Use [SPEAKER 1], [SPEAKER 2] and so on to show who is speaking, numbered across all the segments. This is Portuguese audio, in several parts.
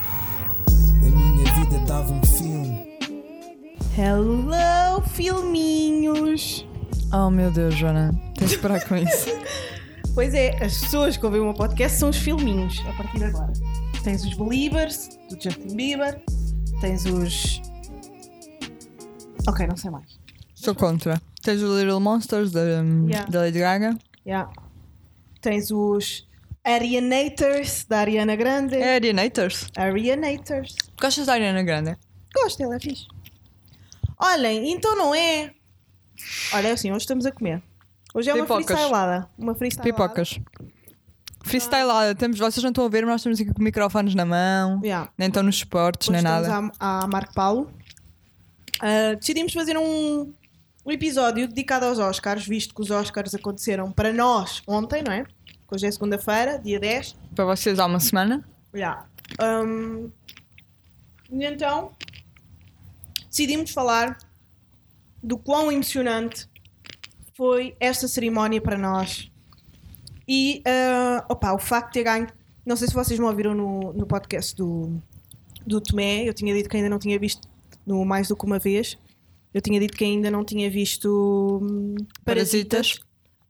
[SPEAKER 1] A minha vida dava um filme.
[SPEAKER 2] Hello, filminhos!
[SPEAKER 3] Oh meu Deus, Joana, tens de parar com isso.
[SPEAKER 2] Pois é, as pessoas que ouvem o meu podcast são os filminhos, a partir de agora. Tens os Believers, do Justin Bieber, tens os. Ok, não sei mais.
[SPEAKER 3] Sou contra. Tens o Little Monsters da, um,
[SPEAKER 2] Yeah.
[SPEAKER 3] da Lady Gaga.
[SPEAKER 2] Yeah. Tens os Arianators, da Ariana Grande.
[SPEAKER 3] É Arianators.
[SPEAKER 2] Arianators.
[SPEAKER 3] Gostas da Ariana Grande?
[SPEAKER 2] Gosto, ela é fixe. Olhem, então não é. Olha, é assim, hoje estamos a comer. Hoje é uma
[SPEAKER 3] Pipocas.
[SPEAKER 2] freestylada. Uma freestylada.
[SPEAKER 3] Pipocas. Freestyle, ah, temos, vocês não estão a ver, mas nós estamos aqui com microfones na mão,
[SPEAKER 2] Tá. Yeah.
[SPEAKER 3] nem estão nos esportes,
[SPEAKER 2] Hoje
[SPEAKER 3] nem
[SPEAKER 2] estamos
[SPEAKER 3] é nada.
[SPEAKER 2] À, à Marco Paulo. Ah, decidimos fazer um, um episódio dedicado aos Oscars, visto que os Oscars aconteceram para nós ontem, não é? Que Hoje é segunda-feira, dia 10.
[SPEAKER 3] Para vocês há uma semana.
[SPEAKER 2] Yeah. Um, e então decidimos falar do quão emocionante foi esta cerimónia para nós. E ah, opa, o facto de ter ganho. Não sei se vocês me ouviram no, no podcast do, do Tomé, eu tinha dito que ainda não tinha visto no mais do que uma vez. Eu tinha dito que ainda não tinha visto hum,
[SPEAKER 3] Parasitas.
[SPEAKER 2] Parasitas,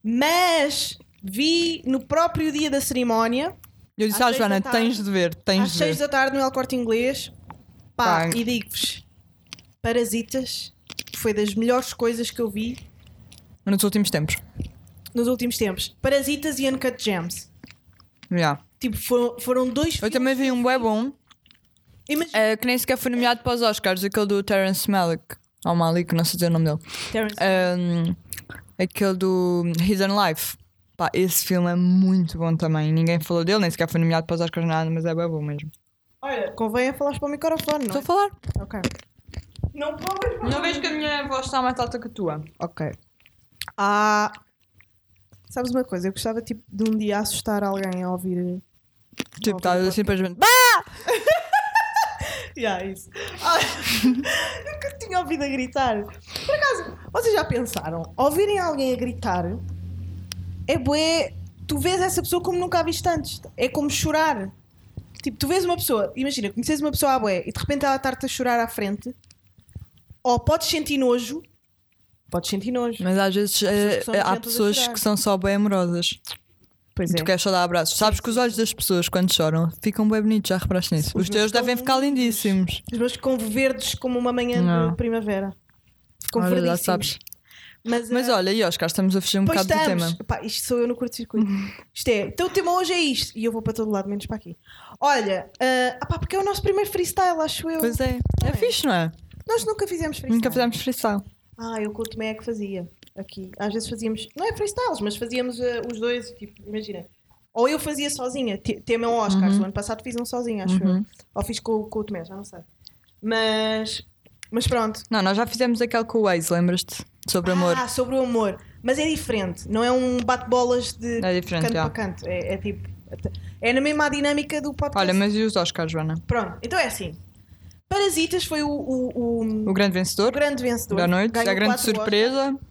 [SPEAKER 2] mas vi no próprio dia da cerimónia
[SPEAKER 3] Eu
[SPEAKER 2] Às
[SPEAKER 3] disse, ah,
[SPEAKER 2] seis
[SPEAKER 3] Joana,
[SPEAKER 2] da tarde.
[SPEAKER 3] tens de ver,
[SPEAKER 2] às
[SPEAKER 3] tens de
[SPEAKER 2] 6
[SPEAKER 3] ver.
[SPEAKER 2] da tarde no El Corte Inglês. Pá,
[SPEAKER 3] Pá.
[SPEAKER 2] e digo-vos: Parasitas foi das melhores coisas que eu vi
[SPEAKER 3] Nos últimos tempos.
[SPEAKER 2] nos últimos tempos. Parasitas e Uncut Gems.
[SPEAKER 3] Yeah.
[SPEAKER 2] Tipo, foram, foram dois
[SPEAKER 3] Eu
[SPEAKER 2] filmes.
[SPEAKER 3] também vi um web bom,
[SPEAKER 2] Imagina.
[SPEAKER 3] eh, que nem sequer foi nomeado para os Oscars, aquele do Terence Malick, ou Malick, não sei dizer o nome dele.
[SPEAKER 2] Terrence,
[SPEAKER 3] Um, aquele do Hidden Life. Pá, esse filme é muito bom também. Ninguém falou dele, nem sequer foi nomeado para os Oscars nada, mas é bem bom mesmo.
[SPEAKER 2] Olha, convém é falar para o microfone, não?
[SPEAKER 3] Estou
[SPEAKER 2] é?
[SPEAKER 3] a falar.
[SPEAKER 2] Ok. Não podes.
[SPEAKER 3] Não vejo que a minha voz está mais alta que a tua.
[SPEAKER 2] Ok. Ah. Sabes uma coisa? Eu gostava tipo, de um dia assustar alguém a ouvir.
[SPEAKER 3] Tipo,
[SPEAKER 2] Não,
[SPEAKER 3] estás
[SPEAKER 2] não.
[SPEAKER 3] simplesmente.
[SPEAKER 2] Yeah, isso. Ah, nunca tinha ouvido a gritar. Por acaso, vocês já pensaram? Ouvirem alguém a gritar é bué. Tu vês essa pessoa como nunca a viste antes. É como chorar. Tipo, tu vês uma pessoa, imagina, conheces uma pessoa à bué e de repente ela está-te a chorar à frente. Ou podes sentir nojo. Podes sentir nojo.
[SPEAKER 3] Mas às vezes eh,
[SPEAKER 2] pessoas que são
[SPEAKER 3] há
[SPEAKER 2] nojentas a
[SPEAKER 3] pessoas
[SPEAKER 2] chorar.
[SPEAKER 3] que são só bem amorosas.
[SPEAKER 2] Pois é.
[SPEAKER 3] Tu queres só dar abraços. Sabes que os olhos das pessoas, quando choram, ficam bem bonitos, já reparaste nisso?
[SPEAKER 2] Os
[SPEAKER 3] Os, teus
[SPEAKER 2] meus
[SPEAKER 3] devem
[SPEAKER 2] estão
[SPEAKER 3] ficar lindíssimos.
[SPEAKER 2] Os meus ficam verdes como uma manhã
[SPEAKER 3] Não.
[SPEAKER 2] de primavera. Ficam
[SPEAKER 3] Olha, já
[SPEAKER 2] verdíssimos.
[SPEAKER 3] sabes.
[SPEAKER 2] Mas,
[SPEAKER 3] Mas
[SPEAKER 2] ah,
[SPEAKER 3] olha, e Oscar, estamos a fugir um
[SPEAKER 2] Pois
[SPEAKER 3] bocado
[SPEAKER 2] estamos.
[SPEAKER 3] do tema. Uhum.
[SPEAKER 2] Pá, isto sou eu no curto-circuito. Isto é. Então o tema hoje é isto. E eu vou para todo lado, menos para aqui. Olha, ah, ah pá, porque é o nosso primeiro freestyle, acho eu.
[SPEAKER 3] Pois é. É fixe, não é?
[SPEAKER 2] Nós nunca fizemos freestyle.
[SPEAKER 3] Nunca fizemos freestyle.
[SPEAKER 2] Ah, eu com o Tomé é que fazia. Aqui. Às vezes fazíamos. Não é freestyles, mas fazíamos ah, os dois. Tipo, imagina. Ou eu fazia sozinha. te- Tema é um Oscar.
[SPEAKER 3] Uhum.
[SPEAKER 2] O ano passado fiz um sozinho, acho eu. Ou fiz com, com o Tomé, já não sei. Mas. Mas pronto.
[SPEAKER 3] Não, nós já fizemos aquele com o Waze, lembras-te? Sobre amor.
[SPEAKER 2] Ah, sobre o amor. Mas é diferente. Não é um bate-bolas de
[SPEAKER 3] É diferente,
[SPEAKER 2] canto
[SPEAKER 3] já.
[SPEAKER 2] para canto. É, é tipo. É na mesma dinâmica do podcast.
[SPEAKER 3] Olha, mas e os Oscars, Joana?
[SPEAKER 2] Pronto, então é assim. Parasitas foi o, o- o-
[SPEAKER 3] O grande
[SPEAKER 2] o
[SPEAKER 3] vencedor
[SPEAKER 2] grande vencedor.
[SPEAKER 3] da noite, É
[SPEAKER 2] Ganhou
[SPEAKER 3] a grande
[SPEAKER 2] quatro
[SPEAKER 3] surpresa.
[SPEAKER 2] Oscars.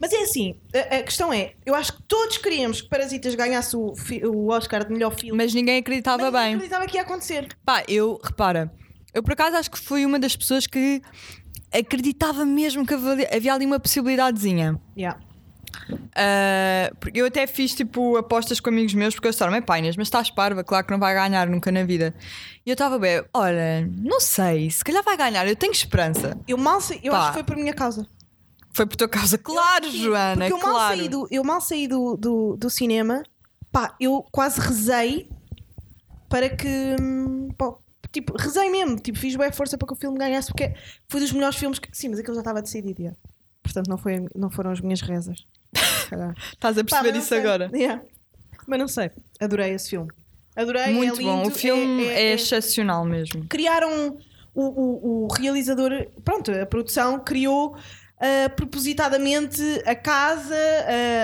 [SPEAKER 2] Mas é assim, a, a questão é, eu acho que todos queríamos que Parasitas ganhasse o, fi- o Oscar de melhor filme.
[SPEAKER 3] Mas ninguém acreditava
[SPEAKER 2] Mas
[SPEAKER 3] bem.
[SPEAKER 2] Eu acreditava que ia acontecer.
[SPEAKER 3] Pá, eu, repara, eu por acaso acho que fui uma das pessoas que acreditava mesmo que havali- havia ali uma possibilidadezinha.
[SPEAKER 2] Yeah.
[SPEAKER 3] Ah, porque eu até fiz tipo apostas com amigos meus, porque eles disseram: é pá, Inês, mas estás parva, claro que não vai ganhar nunca na vida. E eu estava bem, olha, não sei, se calhar vai ganhar, eu tenho esperança.
[SPEAKER 2] Eu mal saí, eu
[SPEAKER 3] Pá.
[SPEAKER 2] acho que foi por minha causa.
[SPEAKER 3] Foi por tua causa, claro, Joana,
[SPEAKER 2] Porque eu mal
[SPEAKER 3] claro.
[SPEAKER 2] saí do, eu mal saí do, do, do cinema, pá, eu quase rezei para que. hum, pá, tipo, rezei mesmo, tipo, fiz boa força para que o filme ganhasse, porque foi dos melhores filmes que. Sim, mas aquilo já estava decidido. yeah. Portanto, não, foi, não foram as minhas rezas. Se calhar.
[SPEAKER 3] Estás a
[SPEAKER 2] Pá,
[SPEAKER 3] perceber
[SPEAKER 2] mas não
[SPEAKER 3] isso
[SPEAKER 2] sei.
[SPEAKER 3] agora?
[SPEAKER 2] Yeah. Mas não sei, adorei esse filme. Adorei,
[SPEAKER 3] Muito
[SPEAKER 2] é lindo,
[SPEAKER 3] bom, o filme é,
[SPEAKER 2] é- é-
[SPEAKER 3] excepcional mesmo.
[SPEAKER 2] criaram o, o- o realizador, pronto, a produção criou ah, propositadamente a casa,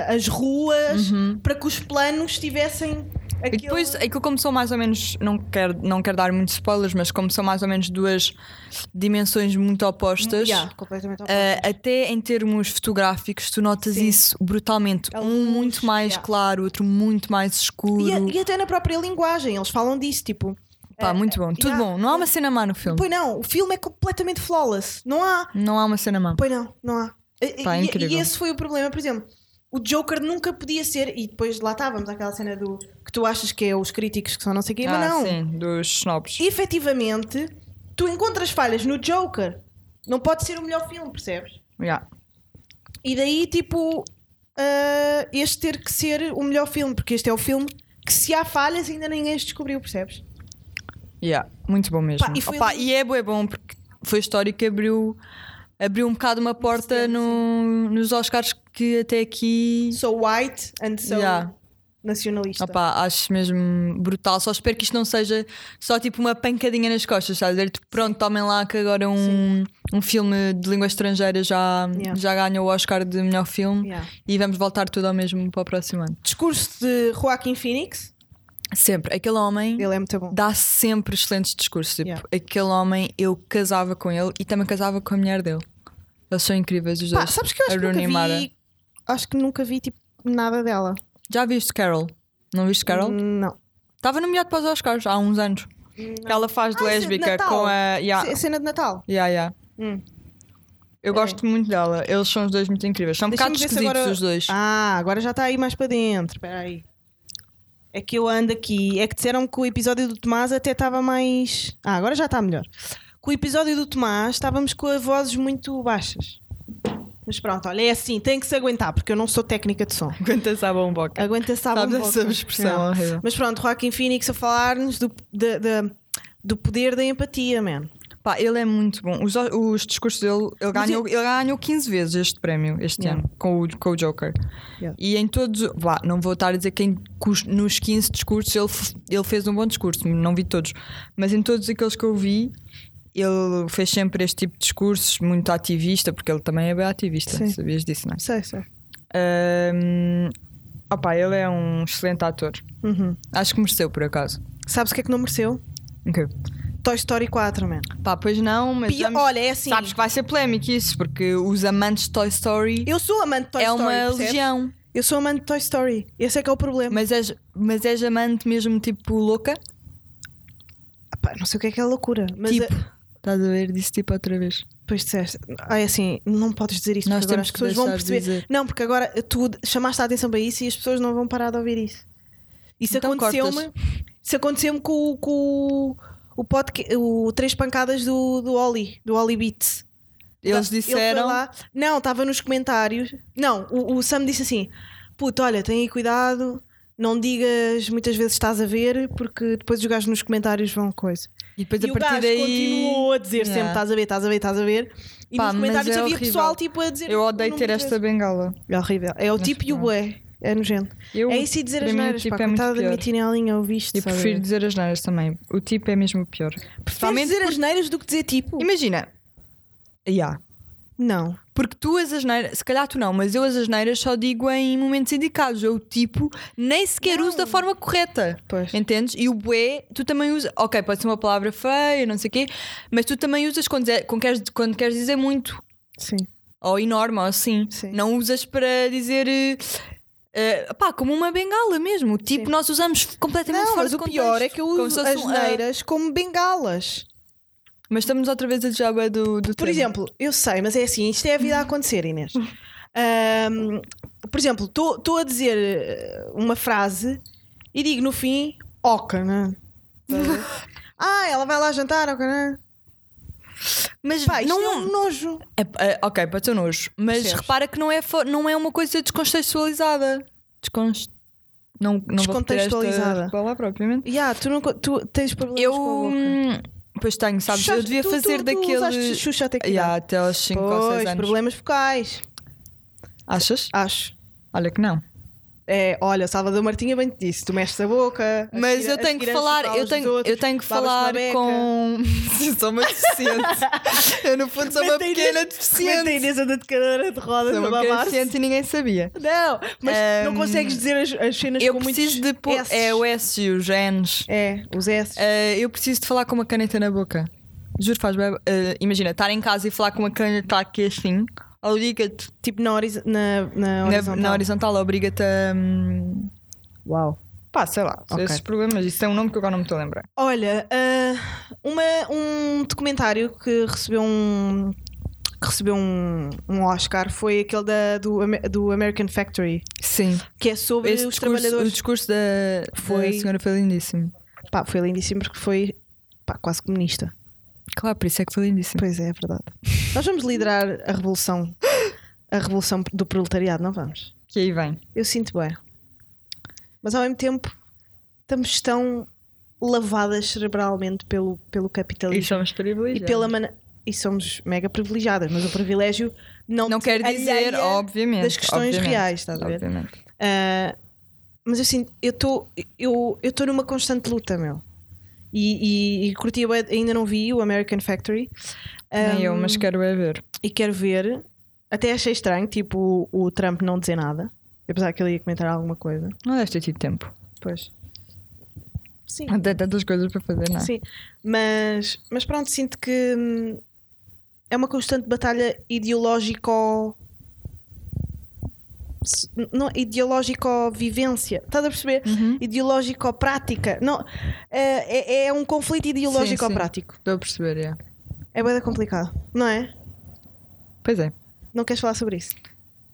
[SPEAKER 2] ah, as ruas, para que os planos tivessem
[SPEAKER 3] Uhum. E depois, aquilo como são mais ou menos, não quero, não quero dar muitos spoilers, mas como são mais ou menos duas dimensões muito opostas,
[SPEAKER 2] Yeah, completamente
[SPEAKER 3] eh,
[SPEAKER 2] oposto.
[SPEAKER 3] até em termos fotográficos, tu notas
[SPEAKER 2] Sim.
[SPEAKER 3] isso brutalmente.
[SPEAKER 2] A
[SPEAKER 3] um
[SPEAKER 2] luz,
[SPEAKER 3] muito mais
[SPEAKER 2] yeah.
[SPEAKER 3] claro, outro muito mais escuro.
[SPEAKER 2] E, a- e até na própria linguagem, eles falam disso, tipo.
[SPEAKER 3] Pá, muito bom, tudo
[SPEAKER 2] yeah.
[SPEAKER 3] bom. Não há uma cena má no filme.
[SPEAKER 2] Pois não, o filme é completamente flawless. Não há.
[SPEAKER 3] Não há uma cena má.
[SPEAKER 2] Pois não, não há. E-
[SPEAKER 3] Pá, é
[SPEAKER 2] e-
[SPEAKER 3] incrível.
[SPEAKER 2] E esse foi o problema, por exemplo. O Joker nunca podia ser, e depois lá estávamos, aquela cena do que tu achas que é os críticos que são não sei quem,
[SPEAKER 3] ah,
[SPEAKER 2] mas não.
[SPEAKER 3] sim, dos snobs.
[SPEAKER 2] Efetivamente, tu encontras falhas no Joker. Não pode ser o melhor filme, percebes?
[SPEAKER 3] Yeah.
[SPEAKER 2] E daí, tipo, ah, este ter que ser o melhor filme, porque este é o filme que se há falhas ainda ninguém as descobriu, percebes?
[SPEAKER 3] Yeah, muito bom mesmo.
[SPEAKER 2] Pá, e
[SPEAKER 3] e,
[SPEAKER 2] foi ali-
[SPEAKER 3] e é bué bom porque foi histórico que abriu, abriu um bocado uma porta no- nos Oscars que até aqui.
[SPEAKER 2] So white and so
[SPEAKER 3] Yeah.
[SPEAKER 2] nacionalista.
[SPEAKER 3] Opá, acho mesmo brutal. Só espero que isto não seja só tipo uma pancadinha nas costas, estás a dizer? Tipo, Pronto, tomem lá que agora um, um filme de língua estrangeira já,
[SPEAKER 2] Yeah.
[SPEAKER 3] já ganha o Oscar de melhor filme
[SPEAKER 2] Yeah.
[SPEAKER 3] e vamos voltar tudo ao mesmo para o próximo ano.
[SPEAKER 2] Discurso de Joaquim Phoenix,
[SPEAKER 3] Sempre. Aquele homem.
[SPEAKER 2] ele é muito bom.
[SPEAKER 3] dá sempre excelentes discursos. Tipo,
[SPEAKER 2] Yeah.
[SPEAKER 3] aquele homem, eu casava com ele e também casava com a mulher dele. Eles são incríveis, os
[SPEAKER 2] Pá,
[SPEAKER 3] dois.
[SPEAKER 2] sabes que eu acho
[SPEAKER 3] a
[SPEAKER 2] que
[SPEAKER 3] Rooney e
[SPEAKER 2] nunca
[SPEAKER 3] Mara.
[SPEAKER 2] vi. Acho que nunca vi tipo, nada dela.
[SPEAKER 3] Já viste Carol? Não viste Carol?
[SPEAKER 2] Não.
[SPEAKER 3] Estava nomeado para os Oscars há uns anos. Que ela faz de
[SPEAKER 2] Ah, isso é de
[SPEAKER 3] lésbica
[SPEAKER 2] Natal.
[SPEAKER 3] com a. Yeah,
[SPEAKER 2] C- Cena de Natal.
[SPEAKER 3] yeah, yeah.
[SPEAKER 2] Hum.
[SPEAKER 3] Eu gosto muito dela. Eles são os dois muito incríveis. São um
[SPEAKER 2] Deixa-me
[SPEAKER 3] bocado
[SPEAKER 2] ver se
[SPEAKER 3] esquisitos
[SPEAKER 2] agora-
[SPEAKER 3] os dois.
[SPEAKER 2] Ah, agora já está aí mais para dentro. Espera aí. É que eu ando aqui. É que disseram que o episódio do Tomás até estava mais. Ah, agora já está melhor. Com o episódio do Tomás estávamos com as vozes muito baixas. Mas pronto, olha, é assim, tem que se aguentar, porque eu não sou técnica de som.
[SPEAKER 3] Quantas há bom boca.
[SPEAKER 2] Aguenta-se à
[SPEAKER 3] um Sabe
[SPEAKER 2] bomboca.
[SPEAKER 3] essa expressão
[SPEAKER 2] Não.
[SPEAKER 3] horrível.
[SPEAKER 2] Mas pronto, Joaquim Phoenix a falar-nos do, da- da- do poder da empatia, man.
[SPEAKER 3] Pá, ele é muito bom. Os, os discursos dele, ele ganhou, ele ganhou 15 vezes este prémio este
[SPEAKER 2] Yeah.
[SPEAKER 3] ano com o, com o Joker.
[SPEAKER 2] Yeah.
[SPEAKER 3] E em todos, vá, não vou estar a dizer que em cus- nos 15 discursos ele, f- ele fez um bom discurso, não vi todos, mas em todos aqueles que eu vi, ele fez sempre este tipo de discursos, muito ativista, porque ele também é bem ativista,
[SPEAKER 2] Sim.
[SPEAKER 3] sabias disso, não é?
[SPEAKER 2] Sei, sei.
[SPEAKER 3] Ahm, opá, ele é um excelente ator.
[SPEAKER 2] Uhum.
[SPEAKER 3] Acho que mereceu, por acaso.
[SPEAKER 2] Sabes o que é que não mereceu?
[SPEAKER 3] Ok.
[SPEAKER 2] Toy Story 4, man.
[SPEAKER 3] Pá, pois não, mas.
[SPEAKER 2] Pior-
[SPEAKER 3] vamos-
[SPEAKER 2] olha, é assim.
[SPEAKER 3] Sabes que vai ser polémico isso, porque os amantes de Toy Story
[SPEAKER 2] Eu sou amante de Toy
[SPEAKER 3] é
[SPEAKER 2] Story.
[SPEAKER 3] uma
[SPEAKER 2] percebes?
[SPEAKER 3] legião.
[SPEAKER 2] Eu sou amante de Toy Story. Esse é que é o problema.
[SPEAKER 3] Mas és, mas és amante mesmo tipo louca?
[SPEAKER 2] Ah, pá, não sei o que é que é loucura. Mas
[SPEAKER 3] tipo,
[SPEAKER 2] ah,
[SPEAKER 3] estás a ver? Disse tipo outra vez.
[SPEAKER 2] depois disseste. Ah, é assim, não podes dizer isso
[SPEAKER 3] Nós
[SPEAKER 2] porque agora
[SPEAKER 3] temos
[SPEAKER 2] as
[SPEAKER 3] que
[SPEAKER 2] pessoas vão
[SPEAKER 3] deixar de
[SPEAKER 2] perceber.
[SPEAKER 3] dizer.
[SPEAKER 2] Não, porque agora tu chamaste a atenção para isso e as pessoas não vão parar de ouvir isso. Isso
[SPEAKER 3] Então
[SPEAKER 2] aconteceu-me. Isso aconteceu-me com, o- com o, o, podca- o Três Pancadas do, do Oli, do Oli Beats.
[SPEAKER 3] Eles
[SPEAKER 2] Ele foi
[SPEAKER 3] disseram.
[SPEAKER 2] lá- não, estava nos comentários. Não, o, o Sam disse assim: puto, olha, tem aí cuidado, não digas muitas vezes estás a ver, porque depois os gajos nos comentários vão coisa.
[SPEAKER 3] E depois
[SPEAKER 2] e
[SPEAKER 3] a
[SPEAKER 2] o gajo
[SPEAKER 3] partir daí.
[SPEAKER 2] continuou a dizer sempre:
[SPEAKER 3] Yeah.
[SPEAKER 2] estás a ver, estás a ver, estás a ver. E
[SPEAKER 3] Pá,
[SPEAKER 2] nos
[SPEAKER 3] mas
[SPEAKER 2] comentários
[SPEAKER 3] é
[SPEAKER 2] havia
[SPEAKER 3] horrível.
[SPEAKER 2] pessoal tipo a dizer:
[SPEAKER 3] Eu odeio
[SPEAKER 2] o
[SPEAKER 3] ter
[SPEAKER 2] número
[SPEAKER 3] esta
[SPEAKER 2] de
[SPEAKER 3] bengala.
[SPEAKER 2] vezes. É horrível. É o
[SPEAKER 3] Mas
[SPEAKER 2] tipo e o
[SPEAKER 3] pronto.
[SPEAKER 2] bué. É nojento.
[SPEAKER 3] Eu,
[SPEAKER 2] é isso e dizer
[SPEAKER 3] para
[SPEAKER 2] as
[SPEAKER 3] mim, o
[SPEAKER 2] neiras.
[SPEAKER 3] tipo
[SPEAKER 2] Pá,
[SPEAKER 3] é muito
[SPEAKER 2] coitada da minha
[SPEAKER 3] pior.
[SPEAKER 2] tinelinha, ouviste.
[SPEAKER 3] Eu prefiro dizer as neiras também. O tipo é mesmo o pior. Principalmente
[SPEAKER 2] dizer as neiras do que dizer tipo?
[SPEAKER 3] Imagina. Yeah.
[SPEAKER 2] Não.
[SPEAKER 3] Porque tu as asneiras, se calhar tu não, mas eu as asneiras só digo em momentos indicados. Eu, tipo, nem sequer uso da forma correta.
[SPEAKER 2] Pois.
[SPEAKER 3] Entendes? E o bué, tu também usas. Ok, pode ser uma palavra feia, não sei o quê, mas tu também usas quando, dizer- quando queres, quando queres dizer muito.
[SPEAKER 2] Sim.
[SPEAKER 3] Ou enorme, ou assim.
[SPEAKER 2] Sim.
[SPEAKER 3] Não usas para dizer. eh, eh, pá, como uma bengala mesmo. O tipo,
[SPEAKER 2] Sim.
[SPEAKER 3] nós usamos completamente
[SPEAKER 2] Não,
[SPEAKER 3] fora
[SPEAKER 2] mas
[SPEAKER 3] de
[SPEAKER 2] o
[SPEAKER 3] contexto.
[SPEAKER 2] pior é que eu
[SPEAKER 3] Como
[SPEAKER 2] uso
[SPEAKER 3] se fosse
[SPEAKER 2] as
[SPEAKER 3] um, ah,
[SPEAKER 2] neiras como bengalas.
[SPEAKER 3] mas estamos outra vez a já bué do, do
[SPEAKER 2] Por
[SPEAKER 3] tema.
[SPEAKER 2] exemplo, eu sei, mas é assim, isto é a vida a acontecer, Inês. Ahm, por exemplo, estou a dizer eh, uma frase e digo no fim, oca, né? Estás a ver? ah, ela vai lá jantar, oca, né?
[SPEAKER 3] Mas
[SPEAKER 2] Pá, isto
[SPEAKER 3] não,
[SPEAKER 2] é um nojo.
[SPEAKER 3] É, é, ok, pode ser nojo. Mas
[SPEAKER 2] Percebes?
[SPEAKER 3] repara que não é, fo- não é uma coisa descontextualizada. Descons... Não, não vou repetir esta
[SPEAKER 2] Descontextualizada.
[SPEAKER 3] palavra, obviamente.
[SPEAKER 2] Yeah, tu, não, co- tu tens problemas
[SPEAKER 3] Eu.
[SPEAKER 2] com a boca.
[SPEAKER 3] hum, Pois tenho, sabes?
[SPEAKER 2] Sabes,
[SPEAKER 3] eu devia
[SPEAKER 2] tu-
[SPEAKER 3] fazer
[SPEAKER 2] tu- tu
[SPEAKER 3] daquele.
[SPEAKER 2] usaste Xuxa até que
[SPEAKER 3] Yeah,
[SPEAKER 2] idade?
[SPEAKER 3] até aos 5 ou 6
[SPEAKER 2] Pois,
[SPEAKER 3] anos.
[SPEAKER 2] problemas focais,
[SPEAKER 3] Achas?
[SPEAKER 2] acho.
[SPEAKER 3] Olha que não.
[SPEAKER 2] É, olha, Salvador Martinha bem te disse, tu mexes a boca. as
[SPEAKER 3] Mas
[SPEAKER 2] tira-
[SPEAKER 3] eu
[SPEAKER 2] as
[SPEAKER 3] tenho que
[SPEAKER 2] tiranças
[SPEAKER 3] falar,
[SPEAKER 2] falas
[SPEAKER 3] eu
[SPEAKER 2] dos
[SPEAKER 3] tenho,
[SPEAKER 2] outros,
[SPEAKER 3] eu tenho que
[SPEAKER 2] babas-te na
[SPEAKER 3] falar
[SPEAKER 2] beca.
[SPEAKER 3] com. Sim, sou uma deficiente. eu, no fundo, sou é uma
[SPEAKER 2] Comenta a Inês-
[SPEAKER 3] pequena
[SPEAKER 2] comenta a
[SPEAKER 3] deficiente.
[SPEAKER 2] Inês anda de cadeira de rodas
[SPEAKER 3] Sou
[SPEAKER 2] a
[SPEAKER 3] uma pequena
[SPEAKER 2] babar
[SPEAKER 3] deficiente e ninguém sabia.
[SPEAKER 2] Não, mas não
[SPEAKER 3] Ahm,
[SPEAKER 2] consegues dizer as, as cenas
[SPEAKER 3] Eu
[SPEAKER 2] com
[SPEAKER 3] preciso de.
[SPEAKER 2] muitos
[SPEAKER 3] pôr.
[SPEAKER 2] S's.
[SPEAKER 3] É o S e os N's.
[SPEAKER 2] É, os S.
[SPEAKER 3] Eh, eu preciso de falar com uma caneta na boca. Juro, faz bem. Eh, imagina, estar em casa e falar com uma caneta aqui assim, obriga-te.
[SPEAKER 2] Tipo na, horiz na, na
[SPEAKER 3] Na,
[SPEAKER 2] horizontal.
[SPEAKER 3] na horizontal, obriga-te a. hum,
[SPEAKER 2] Uau.
[SPEAKER 3] Pá, sei lá,
[SPEAKER 2] Ok.
[SPEAKER 3] esses problemas. Isso tem um nome que eu agora não me estou a lembrar.
[SPEAKER 2] Olha, ah, uma- um documentário que recebeu um que recebeu um, um Oscar foi aquele da, do, Amer- do American Factory,
[SPEAKER 3] Sim.
[SPEAKER 2] que é sobre
[SPEAKER 3] Esse
[SPEAKER 2] os
[SPEAKER 3] discurso, o
[SPEAKER 2] trabalhadores.
[SPEAKER 3] discurso da,
[SPEAKER 2] Foi-
[SPEAKER 3] da senhora foi lindíssimo.
[SPEAKER 2] Pá, foi lindíssimo porque foi pá, quase comunista.
[SPEAKER 3] Claro, por isso é que foi lindíssimo.
[SPEAKER 2] Pois é, é verdade. Nós vamos liderar a revolução, a revolução do proletariado, não vamos?
[SPEAKER 3] Que aí vem.
[SPEAKER 2] Eu sinto bem. Mas ao mesmo tempo, estamos tão lavadas cerebralmente pelo, pelo
[SPEAKER 3] E
[SPEAKER 2] capitalismo
[SPEAKER 3] somos
[SPEAKER 2] e,
[SPEAKER 3] privilegiados.
[SPEAKER 2] pela mana- e somos mega privilegiadas, mas o privilégio não,
[SPEAKER 3] Não
[SPEAKER 2] te
[SPEAKER 3] quer dizer,
[SPEAKER 2] alheia.
[SPEAKER 3] obviamente.
[SPEAKER 2] das questões
[SPEAKER 3] obviamente,
[SPEAKER 2] reais, estás a ver?
[SPEAKER 3] Obviamente.
[SPEAKER 2] Ah, mas eu sinto, eu estou eu, eu tô numa constante luta, meu. E, e, e curti, bué- ainda não vi o American Factory.
[SPEAKER 3] Nem eu,
[SPEAKER 2] Ah,
[SPEAKER 3] mas quero é ver.
[SPEAKER 2] E quero ver. Até achei estranho, tipo, o, o Trump não dizer nada. Apesar que ele ia comentar alguma coisa.
[SPEAKER 3] Não deste tipo tempo.
[SPEAKER 2] Pois. Sim.
[SPEAKER 3] Tem tantas coisas para fazer, não é?
[SPEAKER 2] Sim, mas, mas pronto, sinto que hum, é uma constante batalha ideológico. se- Não, ideológico-vivência, estás a perceber?
[SPEAKER 3] Uhum.
[SPEAKER 2] Ideológico-prática, não é, é- é um conflito ideológico-prático.
[SPEAKER 3] Estou a perceber, é.
[SPEAKER 2] É bem complicado, não é?
[SPEAKER 3] Pois é.
[SPEAKER 2] Não queres falar sobre isso?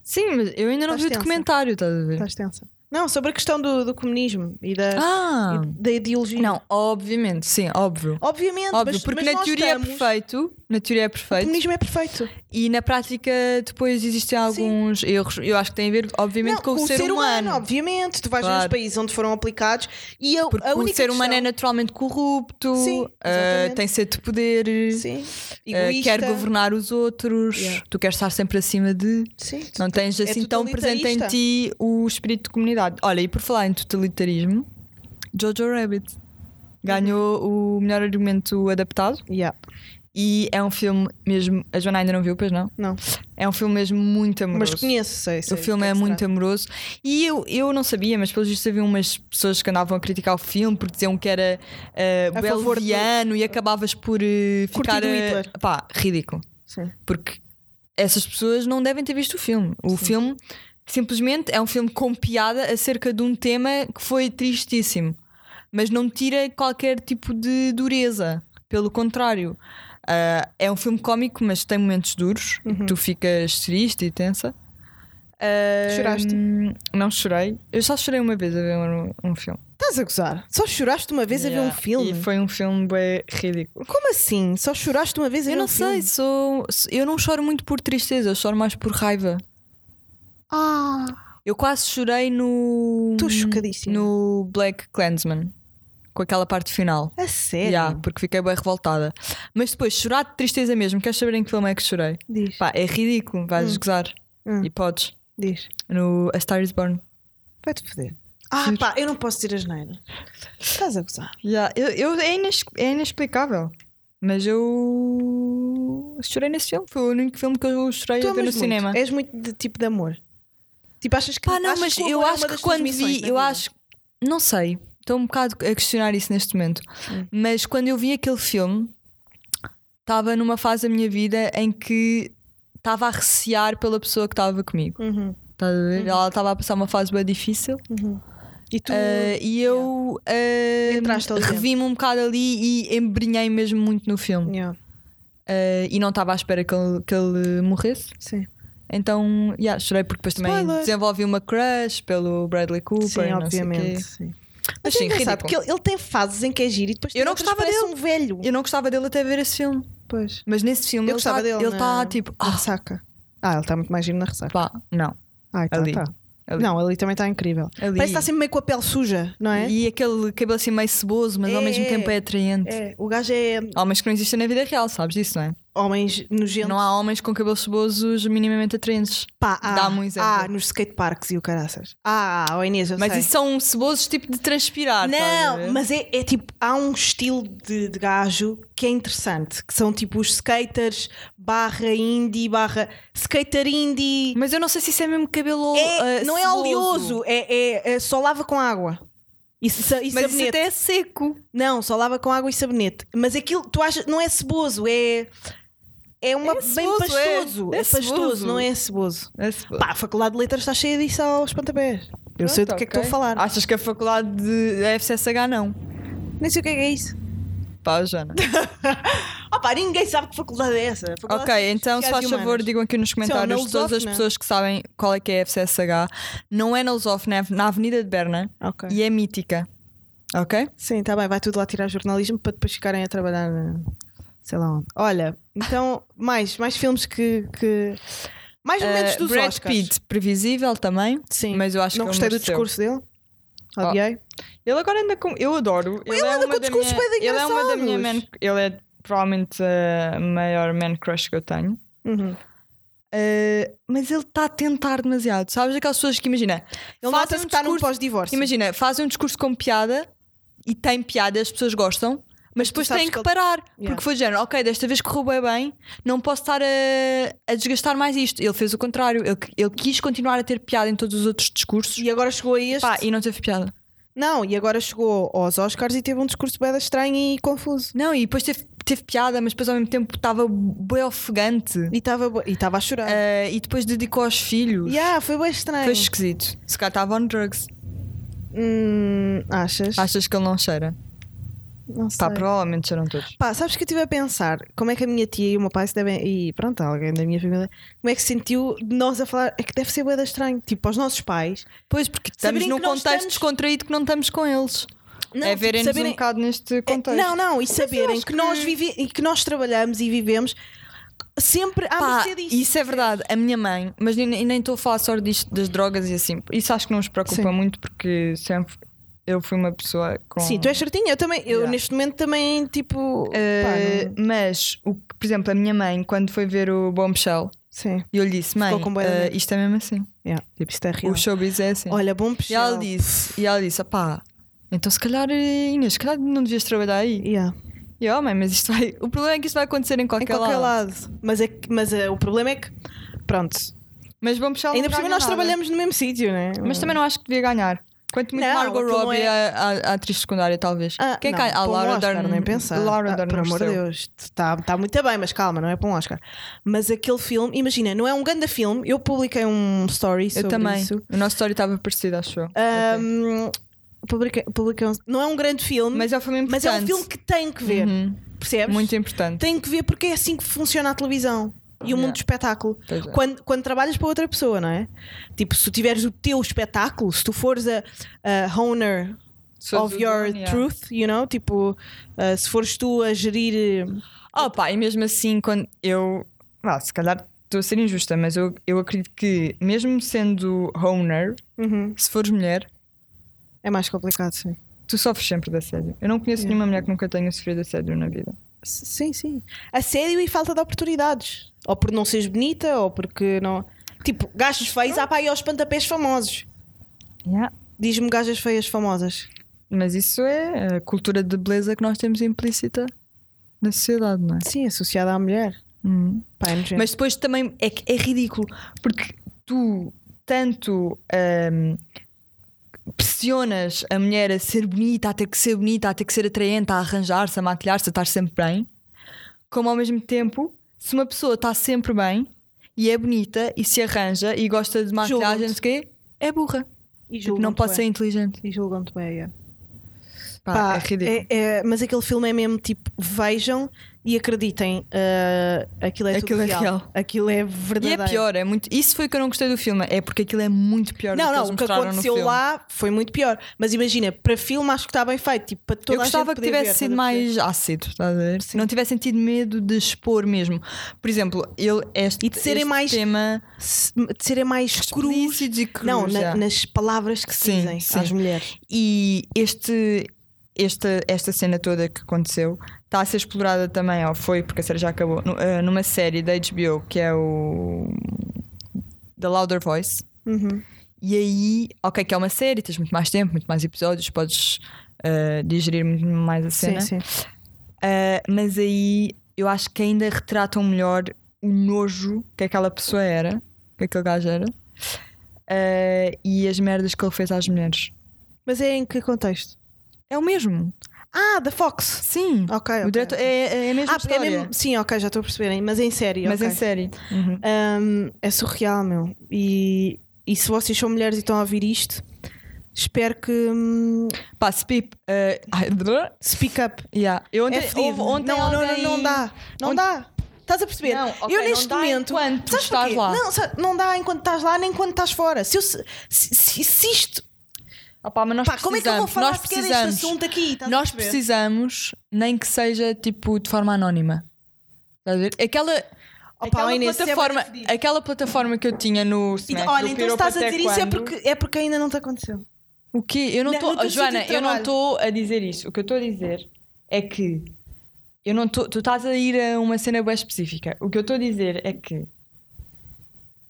[SPEAKER 3] Sim, mas eu ainda não
[SPEAKER 2] Estás
[SPEAKER 3] vi o
[SPEAKER 2] tensa.
[SPEAKER 3] documentário, estás a ver?
[SPEAKER 2] Estás tensa? Não, sobre a questão do, do comunismo e da,
[SPEAKER 3] Ah!
[SPEAKER 2] e da ideologia.
[SPEAKER 3] Não, obviamente, sim, óbvio.
[SPEAKER 2] obviamente,
[SPEAKER 3] Óbvio,
[SPEAKER 2] mas,
[SPEAKER 3] porque
[SPEAKER 2] mas
[SPEAKER 3] na
[SPEAKER 2] nós
[SPEAKER 3] teoria é
[SPEAKER 2] estamos-
[SPEAKER 3] perfeito, na teoria é
[SPEAKER 2] O
[SPEAKER 3] perfeito,
[SPEAKER 2] comunismo é perfeito.
[SPEAKER 3] e na prática depois existem alguns erros. Eu acho que tem a ver, obviamente,
[SPEAKER 2] Não,
[SPEAKER 3] com o, ser, humano.
[SPEAKER 2] obviamente. Tu vais ver
[SPEAKER 3] Claro.
[SPEAKER 2] os países onde foram aplicados e a,
[SPEAKER 3] Porque
[SPEAKER 2] a
[SPEAKER 3] o
[SPEAKER 2] única
[SPEAKER 3] ser humano é
[SPEAKER 2] questão-
[SPEAKER 3] naturalmente corrupto,
[SPEAKER 2] Sim,
[SPEAKER 3] ah,
[SPEAKER 2] exatamente.
[SPEAKER 3] tem sede de poder,
[SPEAKER 2] Sim.
[SPEAKER 3] ah, quer
[SPEAKER 2] Egoísta.
[SPEAKER 3] governar os outros,
[SPEAKER 2] Yeah.
[SPEAKER 3] tu queres estar sempre acima de.
[SPEAKER 2] Sim.
[SPEAKER 3] Não tens assim tão presente em
[SPEAKER 2] É totalitarista.
[SPEAKER 3] ti o espírito de comunidade. Olha, e por falar em totalitarismo, Jojo Rabbit ganhou
[SPEAKER 2] Uhum.
[SPEAKER 3] o melhor argumento adaptado
[SPEAKER 2] Yeah.
[SPEAKER 3] e é um filme mesmo. A Joana ainda não viu, pois não?
[SPEAKER 2] Não.
[SPEAKER 3] É um filme mesmo muito amoroso.
[SPEAKER 2] Mas conheço, sei. sei
[SPEAKER 3] O filme
[SPEAKER 2] que
[SPEAKER 3] é
[SPEAKER 2] que se
[SPEAKER 3] muito
[SPEAKER 2] trata.
[SPEAKER 3] amoroso e eu, eu não sabia, mas pelo visto havia umas pessoas que andavam a criticar o filme porque diziam que era uh,
[SPEAKER 2] A favor do-
[SPEAKER 3] belviano e acabavas por eh,
[SPEAKER 2] Curtir
[SPEAKER 3] ficar.
[SPEAKER 2] do
[SPEAKER 3] eh,
[SPEAKER 2] Hitler.
[SPEAKER 3] pá, ridículo.
[SPEAKER 2] Sim.
[SPEAKER 3] Porque essas pessoas não devem ter visto o filme. O filme simplesmente é um filme com piada acerca de um tema que foi tristíssimo, mas não tira qualquer tipo de dureza. Pelo contrário, Ah, é um filme cómico, mas tem momentos duros.
[SPEAKER 2] Uhum.
[SPEAKER 3] Tu ficas triste e tensa. Ah,
[SPEAKER 2] Choraste?
[SPEAKER 3] hum, Não chorei. Eu só chorei uma vez a ver um, um filme.
[SPEAKER 2] Estás a gozar? Só choraste uma vez a ver
[SPEAKER 3] Yeah.
[SPEAKER 2] um filme?
[SPEAKER 3] E foi um filme bem ridículo.
[SPEAKER 2] Como assim? Só choraste uma vez a
[SPEAKER 3] Eu
[SPEAKER 2] ver
[SPEAKER 3] não
[SPEAKER 2] um filme?
[SPEAKER 3] sei, sou, eu não choro muito por tristeza, eu choro mais por raiva.
[SPEAKER 2] Ah,
[SPEAKER 3] Eu quase chorei no.
[SPEAKER 2] estou chocadíssima.
[SPEAKER 3] No Black Clansman. Com aquela parte final.
[SPEAKER 2] A sério?
[SPEAKER 3] Já, porque fiquei bem revoltada. Mas depois, chorar de tristeza mesmo. Queres saber em que filme é que chorei?
[SPEAKER 2] Diz,
[SPEAKER 3] Pá, é ridículo. Vais gozar.
[SPEAKER 2] Hum.
[SPEAKER 3] E podes.
[SPEAKER 2] diz.
[SPEAKER 3] No A Star is Born.
[SPEAKER 2] Vai-te foder. Ah, pá, eu não posso dizer as neiras. Estás a gozar?
[SPEAKER 3] Já, eu, eu- é, inex- é inexplicável. Mas eu. Chorei nesse filme. Foi o único filme que eu chorei
[SPEAKER 2] Tu
[SPEAKER 3] a ver no
[SPEAKER 2] amas muito.
[SPEAKER 3] cinema.
[SPEAKER 2] És muito de tipo de amor. Tipo, achas que.
[SPEAKER 3] Pá, não,
[SPEAKER 2] achas
[SPEAKER 3] mas
[SPEAKER 2] que o
[SPEAKER 3] eu
[SPEAKER 2] amor é
[SPEAKER 3] acho
[SPEAKER 2] uma
[SPEAKER 3] que
[SPEAKER 2] das tuas
[SPEAKER 3] quando
[SPEAKER 2] missões
[SPEAKER 3] vi,
[SPEAKER 2] na
[SPEAKER 3] eu
[SPEAKER 2] vida?
[SPEAKER 3] acho. Não sei, estou um bocado a questionar isso neste momento. Mas quando eu vi aquele filme, estava numa fase da minha vida em que estava a recear pela pessoa que estava comigo.
[SPEAKER 2] Uhum.
[SPEAKER 3] Estás a ver? Ela estava a passar uma fase bem difícil
[SPEAKER 2] E tu.
[SPEAKER 3] eh, e eu eh,
[SPEAKER 2] Entraste ali dentro.
[SPEAKER 3] revi-me um bocado ali e embrinhei mesmo muito no filme.
[SPEAKER 2] Yeah,
[SPEAKER 3] Eh, e não estava à espera que ele, que ele morresse.
[SPEAKER 2] sim.
[SPEAKER 3] Então, yeah, chorei porque depois também
[SPEAKER 2] Spoiler.
[SPEAKER 3] desenvolvi uma crush pelo Bradley Cooper.
[SPEAKER 2] Sim,
[SPEAKER 3] não sei o quê.
[SPEAKER 2] obviamente. Sim.
[SPEAKER 3] Mas
[SPEAKER 2] Mas
[SPEAKER 3] sim,
[SPEAKER 2] é engraçado
[SPEAKER 3] ridículo.
[SPEAKER 2] porque ele, ele tem fases em que é giro e depois
[SPEAKER 3] Eu não
[SPEAKER 2] tem outras
[SPEAKER 3] gostava
[SPEAKER 2] que parece
[SPEAKER 3] dele.
[SPEAKER 2] um velho.
[SPEAKER 3] Eu não gostava dele até ver esse filme.
[SPEAKER 2] Pois.
[SPEAKER 3] Mas nesse filme
[SPEAKER 2] Eu
[SPEAKER 3] ele
[SPEAKER 2] gostava
[SPEAKER 3] está
[SPEAKER 2] dele é?
[SPEAKER 3] ele tá,
[SPEAKER 2] na-
[SPEAKER 3] tipo.
[SPEAKER 2] Na
[SPEAKER 3] Ah,
[SPEAKER 2] ressaca. Ah, ele está muito mais giro na ressaca.
[SPEAKER 3] pá, não.
[SPEAKER 2] Ah, então
[SPEAKER 3] ali.
[SPEAKER 2] tá.
[SPEAKER 3] Ali.
[SPEAKER 2] Não, ali também está incrível.
[SPEAKER 3] Ali.
[SPEAKER 2] Parece que está sempre meio com a pele suja, não é?
[SPEAKER 3] tá assim, E aquele cabelo assim meio ceboso, mas ao
[SPEAKER 2] É,
[SPEAKER 3] mesmo
[SPEAKER 2] é.
[SPEAKER 3] tempo é atraente.
[SPEAKER 2] É, o gajo é.
[SPEAKER 3] Homens que não existem na vida real, sabes disso, não é?
[SPEAKER 2] homens nojentos.
[SPEAKER 3] Não há homens com cabelos cebosos minimamente atraentes.
[SPEAKER 2] Pá, há,
[SPEAKER 3] Dá-me um exemplo.
[SPEAKER 2] há nos skateparks e o caraças. Ah, ah, oh Inês, eu
[SPEAKER 3] Mas
[SPEAKER 2] sei.
[SPEAKER 3] isso são cebosos tipo de transpirar. estás a ver?
[SPEAKER 2] Não, mas é, é tipo, há um estilo de, de gajo que é interessante, que são tipo os skaters barra indie, barra skater indie.
[SPEAKER 3] Mas eu não sei se isso é mesmo cabelo.
[SPEAKER 2] É,
[SPEAKER 3] ah,
[SPEAKER 2] não é
[SPEAKER 3] ceboso.
[SPEAKER 2] oleoso, é, é- é só lava com água. Isso, isso
[SPEAKER 3] Mas isso
[SPEAKER 2] sabonete.
[SPEAKER 3] até é seco.
[SPEAKER 2] Não, só lava com água e sabonete. Mas aquilo, tu achas, não é ceboso, é. É uma
[SPEAKER 3] É
[SPEAKER 2] bem
[SPEAKER 3] ceboso, é.
[SPEAKER 2] pastoso.
[SPEAKER 3] É
[SPEAKER 2] É, pastoso,
[SPEAKER 3] ceboso.
[SPEAKER 2] não é ceboso.
[SPEAKER 3] É ceboso.
[SPEAKER 2] Pá, a faculdade de letras está cheia disso aos pontapés. Eu sei do
[SPEAKER 3] Pronto,
[SPEAKER 2] que é que estou a
[SPEAKER 3] ok.
[SPEAKER 2] falar.
[SPEAKER 3] Achas que a faculdade de da FCSH não?
[SPEAKER 2] Nem sei o que é que é isso.
[SPEAKER 3] Pá, Jana.
[SPEAKER 2] Opa, ninguém sabe que faculdade é essa. Faculdade de
[SPEAKER 3] ok,
[SPEAKER 2] Ciências
[SPEAKER 3] então se
[SPEAKER 2] Sociais
[SPEAKER 3] faz
[SPEAKER 2] e
[SPEAKER 3] favor,
[SPEAKER 2] Humanas.
[SPEAKER 3] digam aqui nos comentários
[SPEAKER 2] na
[SPEAKER 3] todas as
[SPEAKER 2] Lusófona.
[SPEAKER 3] pessoas que sabem qual é que é a FCSH. Não é na Lusófona, é na Avenida de Berna
[SPEAKER 2] Ok.
[SPEAKER 3] e é mítica. Ok?
[SPEAKER 2] Sim, está bem, vai tudo lá tirar jornalismo para depois ficarem a trabalhar na- sei lá onde. Olha, então, mais, mais filmes que. que- Mais momentos
[SPEAKER 3] Eh,
[SPEAKER 2] dos
[SPEAKER 3] Brad
[SPEAKER 2] Oscars.
[SPEAKER 3] Pitt, previsível também.
[SPEAKER 2] Sim,
[SPEAKER 3] mas eu acho
[SPEAKER 2] não
[SPEAKER 3] que é um ele
[SPEAKER 2] gostei do
[SPEAKER 3] mereceu.
[SPEAKER 2] discurso dele. Odiei.
[SPEAKER 3] Ele agora anda com. Eu adoro. Ele,
[SPEAKER 2] anda
[SPEAKER 3] é
[SPEAKER 2] com
[SPEAKER 3] uma da
[SPEAKER 2] discursos
[SPEAKER 3] minha-
[SPEAKER 2] bué de
[SPEAKER 3] Ele é uma da minha
[SPEAKER 2] engraçados.
[SPEAKER 3] man... Ele é provavelmente a maior man crush que eu tenho.
[SPEAKER 2] Uhum.
[SPEAKER 3] Eh, mas ele está a tentar demasiado. Sabes aquelas pessoas que imagina.
[SPEAKER 2] Ele
[SPEAKER 3] fazem
[SPEAKER 2] nota-se
[SPEAKER 3] um
[SPEAKER 2] que está num
[SPEAKER 3] discurso-
[SPEAKER 2] pós-divórcio.
[SPEAKER 3] Imagina, fazem um discurso com piada e tem piada, as pessoas gostam, mas
[SPEAKER 2] tu
[SPEAKER 3] depois
[SPEAKER 2] sabes
[SPEAKER 3] têm que,
[SPEAKER 2] que ele-
[SPEAKER 3] parar.
[SPEAKER 2] Yeah.
[SPEAKER 3] Porque foi de género, ok, desta vez correu bem, bem, não posso estar a, a desgastar mais isto. Ele fez o contrário, ele, ele quis continuar a ter piada em todos os outros discursos
[SPEAKER 2] E agora chegou a este.
[SPEAKER 3] Pá, e não teve piada.
[SPEAKER 2] Não, e agora chegou aos Oscars e teve um discurso bem estranho e confuso.
[SPEAKER 3] Não, e depois teve, teve piada, mas depois ao mesmo tempo estava bem ofegante
[SPEAKER 2] E estava bo- e estava a chorar.
[SPEAKER 3] Ah, e depois dedicou aos filhos.
[SPEAKER 2] Yeah, foi bem estranho.
[SPEAKER 3] Foi esquisito. Se calhar estava on drugs.
[SPEAKER 2] Hum, achas?
[SPEAKER 3] Achas que ele não cheira?
[SPEAKER 2] Não sei.
[SPEAKER 3] Pá, provavelmente cheiram todos.
[SPEAKER 2] Pá, sabes que eu estive a pensar como é que a minha tia e o meu pai se devem. E pronto, alguém da minha família. Como é que se sentiu de nós a falar? É que deve ser boeda estranho. Tipo, aos nossos pais.
[SPEAKER 3] Pois, porque
[SPEAKER 2] Saberem
[SPEAKER 3] estamos num
[SPEAKER 2] que nós
[SPEAKER 3] contexto
[SPEAKER 2] estamos-
[SPEAKER 3] descontraído que não estamos com eles.
[SPEAKER 2] Não,
[SPEAKER 3] é
[SPEAKER 2] tipo,
[SPEAKER 3] verem-nos um
[SPEAKER 2] saberem-
[SPEAKER 3] bocado neste
[SPEAKER 2] É,
[SPEAKER 3] contexto.
[SPEAKER 2] Não, não, e saberem
[SPEAKER 3] acho
[SPEAKER 2] que, Nós
[SPEAKER 3] que-
[SPEAKER 2] vive... e que nós trabalhamos e vivemos sempre à
[SPEAKER 3] Pá,
[SPEAKER 2] mercê disso.
[SPEAKER 3] isso é verdade. A minha mãe, mas nem- nem estou a falar só disto das drogas e assim. Isso acho que não os preocupa
[SPEAKER 2] Sim.
[SPEAKER 3] muito porque sempre eu fui uma pessoa com.
[SPEAKER 2] Sim, tu és certinha, eu também, eu
[SPEAKER 3] é Yeah.
[SPEAKER 2] neste momento também, tipo.
[SPEAKER 3] Eh,
[SPEAKER 2] pá, não-
[SPEAKER 3] Mas, o, que- por exemplo, a minha mãe, quando foi ver o Bombshell,
[SPEAKER 2] Sim,
[SPEAKER 3] eu lhe disse: Mãe,
[SPEAKER 2] com bué de
[SPEAKER 3] eh,
[SPEAKER 2] medo."
[SPEAKER 3] isto é mesmo assim.
[SPEAKER 2] yeah, isto é real.
[SPEAKER 3] O showbiz é assim.
[SPEAKER 2] Olha, bom
[SPEAKER 3] e
[SPEAKER 2] puxão.
[SPEAKER 3] ela disse: E ela disse, opá, então se calhar, eh, Inês, se calhar não devias trabalhar aí.
[SPEAKER 2] Yeah.
[SPEAKER 3] E eu, "Oh, mãe, mas isto vai. O problema é que isto vai acontecer em
[SPEAKER 2] Em
[SPEAKER 3] qualquer,
[SPEAKER 2] qualquer lado. Mas, é que- mas é, o problema é que, pronto,
[SPEAKER 3] Mas Bombshell
[SPEAKER 2] ainda
[SPEAKER 3] não
[SPEAKER 2] por cima
[SPEAKER 3] ganha
[SPEAKER 2] nós
[SPEAKER 3] nada.
[SPEAKER 2] trabalhamos no mesmo sítio, né?
[SPEAKER 3] Mas também não acho que devia ganhar. Quanto muito
[SPEAKER 2] Não,
[SPEAKER 3] Margot
[SPEAKER 2] aquilo não
[SPEAKER 3] Robbie,
[SPEAKER 2] é-
[SPEAKER 3] a, a- a atriz secundária, talvez.
[SPEAKER 2] Ah,
[SPEAKER 3] Quem é
[SPEAKER 2] não,
[SPEAKER 3] cai? A
[SPEAKER 2] para um
[SPEAKER 3] Laura
[SPEAKER 2] Oscar,
[SPEAKER 3] Dern.
[SPEAKER 2] nem pensar.
[SPEAKER 3] Laura
[SPEAKER 2] Ah,
[SPEAKER 3] Dern.
[SPEAKER 2] por amor de
[SPEAKER 3] mereceu.
[SPEAKER 2] Deus, está tá muito bem, mas calma, não é para um Oscar. Mas aquele filme, imagina, não é um grande filme. Eu publiquei um story
[SPEAKER 3] Eu
[SPEAKER 2] sobre
[SPEAKER 3] também.
[SPEAKER 2] isso.
[SPEAKER 3] O nosso story estava parecido, acho eu. Até.
[SPEAKER 2] Ahm, publiquei, publiquei um- não é um grande filme,
[SPEAKER 3] Mas é um filme importante.
[SPEAKER 2] mas é um filme que tem que ver,
[SPEAKER 3] Uhum.
[SPEAKER 2] percebes?
[SPEAKER 3] Muito importante.
[SPEAKER 2] Tem que ver porque é assim que funciona a televisão e o mundo
[SPEAKER 3] Yeah.
[SPEAKER 2] do espetáculo.
[SPEAKER 3] Pois é.
[SPEAKER 2] Quando, quando trabalhas para outra pessoa, não é? Tipo, se tu tiveres o teu espetáculo, se tu fores a, a owner
[SPEAKER 3] Sou
[SPEAKER 2] of
[SPEAKER 3] do
[SPEAKER 2] your
[SPEAKER 3] dono, yeah.
[SPEAKER 2] truth, you know? Tipo, uh, se fores tu a gerir. eh,
[SPEAKER 3] Oh, pá, e mesmo assim, quando eu. vá, se calhar estou a ser injusta, mas eu, eu acredito que, mesmo sendo owner,
[SPEAKER 2] uhum,
[SPEAKER 3] se fores mulher,
[SPEAKER 2] É mais complicado, sim.
[SPEAKER 3] tu sofres sempre de assédio. Eu não conheço nenhuma mulher que nunca tenha sofrido assédio na vida.
[SPEAKER 2] S- Sim, sim. Assédio e falta de oportunidades. Ou por não seres bonita, ou porque não. Tipo, gajos feios, há para aí aos pontapés famosos.
[SPEAKER 3] Yeah.
[SPEAKER 2] Diz-me gajas feias famosas.
[SPEAKER 3] Mas isso é a cultura de beleza que nós temos implícita na sociedade, não é? Hum.
[SPEAKER 2] Sim, associada à mulher. Pá, é nojento.
[SPEAKER 3] Mas depois também é, que é ridículo, porque tu tanto ahm, pressionas a mulher a ser bonita, a ter que ser bonita, a ter que ser atraente, a arranjar-se, a maquilhar-se, a estar sempre bem, como ao mesmo tempo, se uma pessoa está sempre bem e é bonita e se arranja e gosta de maquilhagem, não sei o quê, é burra.
[SPEAKER 2] E
[SPEAKER 3] Tipo,
[SPEAKER 2] julgam-te
[SPEAKER 3] não pode ser
[SPEAKER 2] bem.
[SPEAKER 3] inteligente.
[SPEAKER 2] E julgam-te bem, é.
[SPEAKER 3] Pá,
[SPEAKER 2] Pá,
[SPEAKER 3] é ridículo.
[SPEAKER 2] é- é- mas aquele filme é mesmo tipo, vejam e acreditem. ah, aquilo é tudo
[SPEAKER 3] Aquilo é real.
[SPEAKER 2] Aquilo é
[SPEAKER 3] E é
[SPEAKER 2] verdadeiro.
[SPEAKER 3] pior, é muito. Isso foi o que eu não gostei do filme, é porque aquilo é muito pior do
[SPEAKER 2] Não,
[SPEAKER 3] que
[SPEAKER 2] não,
[SPEAKER 3] eles
[SPEAKER 2] o que
[SPEAKER 3] mostraram no
[SPEAKER 2] aconteceu
[SPEAKER 3] filme.
[SPEAKER 2] lá foi muito pior. Mas imagina, para filme acho que está bem feito. Tipo, para toda
[SPEAKER 3] eu
[SPEAKER 2] a
[SPEAKER 3] gostava
[SPEAKER 2] gente
[SPEAKER 3] que
[SPEAKER 2] poder
[SPEAKER 3] tivesse
[SPEAKER 2] ver,
[SPEAKER 3] sido
[SPEAKER 2] estás a perceber?
[SPEAKER 3] mais ácido, estás a ver? Não tivesse sentido medo de expor mesmo. Por exemplo, ele, este,
[SPEAKER 2] E de serem
[SPEAKER 3] este
[SPEAKER 2] mais
[SPEAKER 3] tema
[SPEAKER 2] Se- De serem mais cruz.
[SPEAKER 3] explícitos e cruz,
[SPEAKER 2] Não, na-
[SPEAKER 3] já.
[SPEAKER 2] nas palavras que se
[SPEAKER 3] Sim,
[SPEAKER 2] dizem
[SPEAKER 3] sim.
[SPEAKER 2] às mulheres.
[SPEAKER 3] E este, esta, esta cena toda que aconteceu está a ser explorada também, ou foi, porque a série já acabou, nu- eh, numa série da HBO que é o The Louder Voice.
[SPEAKER 2] Uhum.
[SPEAKER 3] E aí, ok, que é uma série, tens muito mais tempo, muito mais episódios, podes eh, digerir muito mais a cena.
[SPEAKER 2] sim.
[SPEAKER 3] Uh, mas aí eu acho que ainda retratam melhor o nojo que aquela pessoa era, que aquele gajo era, uh, e as merdas que ele fez às mulheres.
[SPEAKER 2] Mas é em que contexto?
[SPEAKER 3] É o mesmo.
[SPEAKER 2] Ah, da Fox.
[SPEAKER 3] Sim.
[SPEAKER 2] Ok. ok.
[SPEAKER 3] O diretor é, é a mesma
[SPEAKER 2] Ah, porque é
[SPEAKER 3] história.
[SPEAKER 2] mesmo. Sim, ok, já estou a perceber. Mas em série.
[SPEAKER 3] Mas
[SPEAKER 2] ok.
[SPEAKER 3] em série. Uhum.
[SPEAKER 2] Hum, é surreal, meu. E, e se vocês são mulheres e estão a ouvir isto, espero que. hum,
[SPEAKER 3] Pá, Spip. Uh, ai, drrr.
[SPEAKER 2] speak up.
[SPEAKER 3] yeah. Eu ontem,
[SPEAKER 2] é fedido.
[SPEAKER 3] houve- ontem
[SPEAKER 2] não, não,
[SPEAKER 3] alguém-
[SPEAKER 2] não, não dá. Não
[SPEAKER 3] Ontem-
[SPEAKER 2] dá. Estás a perceber?
[SPEAKER 3] Não, ok,
[SPEAKER 2] eu
[SPEAKER 3] não
[SPEAKER 2] neste
[SPEAKER 3] dá
[SPEAKER 2] momento.
[SPEAKER 3] enquanto
[SPEAKER 2] sabes
[SPEAKER 3] estás
[SPEAKER 2] porquê?
[SPEAKER 3] lá.
[SPEAKER 2] Não, sa- não dá enquanto estás lá nem enquanto estás fora. Se, eu, se, se, se isto.
[SPEAKER 3] Ah, pá, mas nós
[SPEAKER 2] Pá, como é que eu vou
[SPEAKER 3] precisamos,
[SPEAKER 2] falar
[SPEAKER 3] nós
[SPEAKER 2] sequer deste
[SPEAKER 3] precisamos.
[SPEAKER 2] assunto aqui? Estás Tá a
[SPEAKER 3] Nós
[SPEAKER 2] perceber?
[SPEAKER 3] precisamos, nem que seja tipo de forma anónima. Estás a ver? Aquela, aquela,
[SPEAKER 2] Inês, isso é bué
[SPEAKER 3] plataforma,
[SPEAKER 2] fedido.
[SPEAKER 3] aquela plataforma que eu tinha no
[SPEAKER 2] Então,
[SPEAKER 3] Smack,
[SPEAKER 2] olha,
[SPEAKER 3] do
[SPEAKER 2] então se
[SPEAKER 3] Piropo
[SPEAKER 2] estás a
[SPEAKER 3] até
[SPEAKER 2] dizer isso é
[SPEAKER 3] quando-
[SPEAKER 2] porque, é porque ainda não te aconteceu.
[SPEAKER 3] O quê? Eu não
[SPEAKER 2] Não, no
[SPEAKER 3] estou.
[SPEAKER 2] teu
[SPEAKER 3] Joana,
[SPEAKER 2] sítio de
[SPEAKER 3] eu não
[SPEAKER 2] trabalho.
[SPEAKER 3] estou a dizer isso. O que eu estou a dizer é que eu não estou. Tu estás a ir a uma cena bem específica. O que eu estou a dizer é que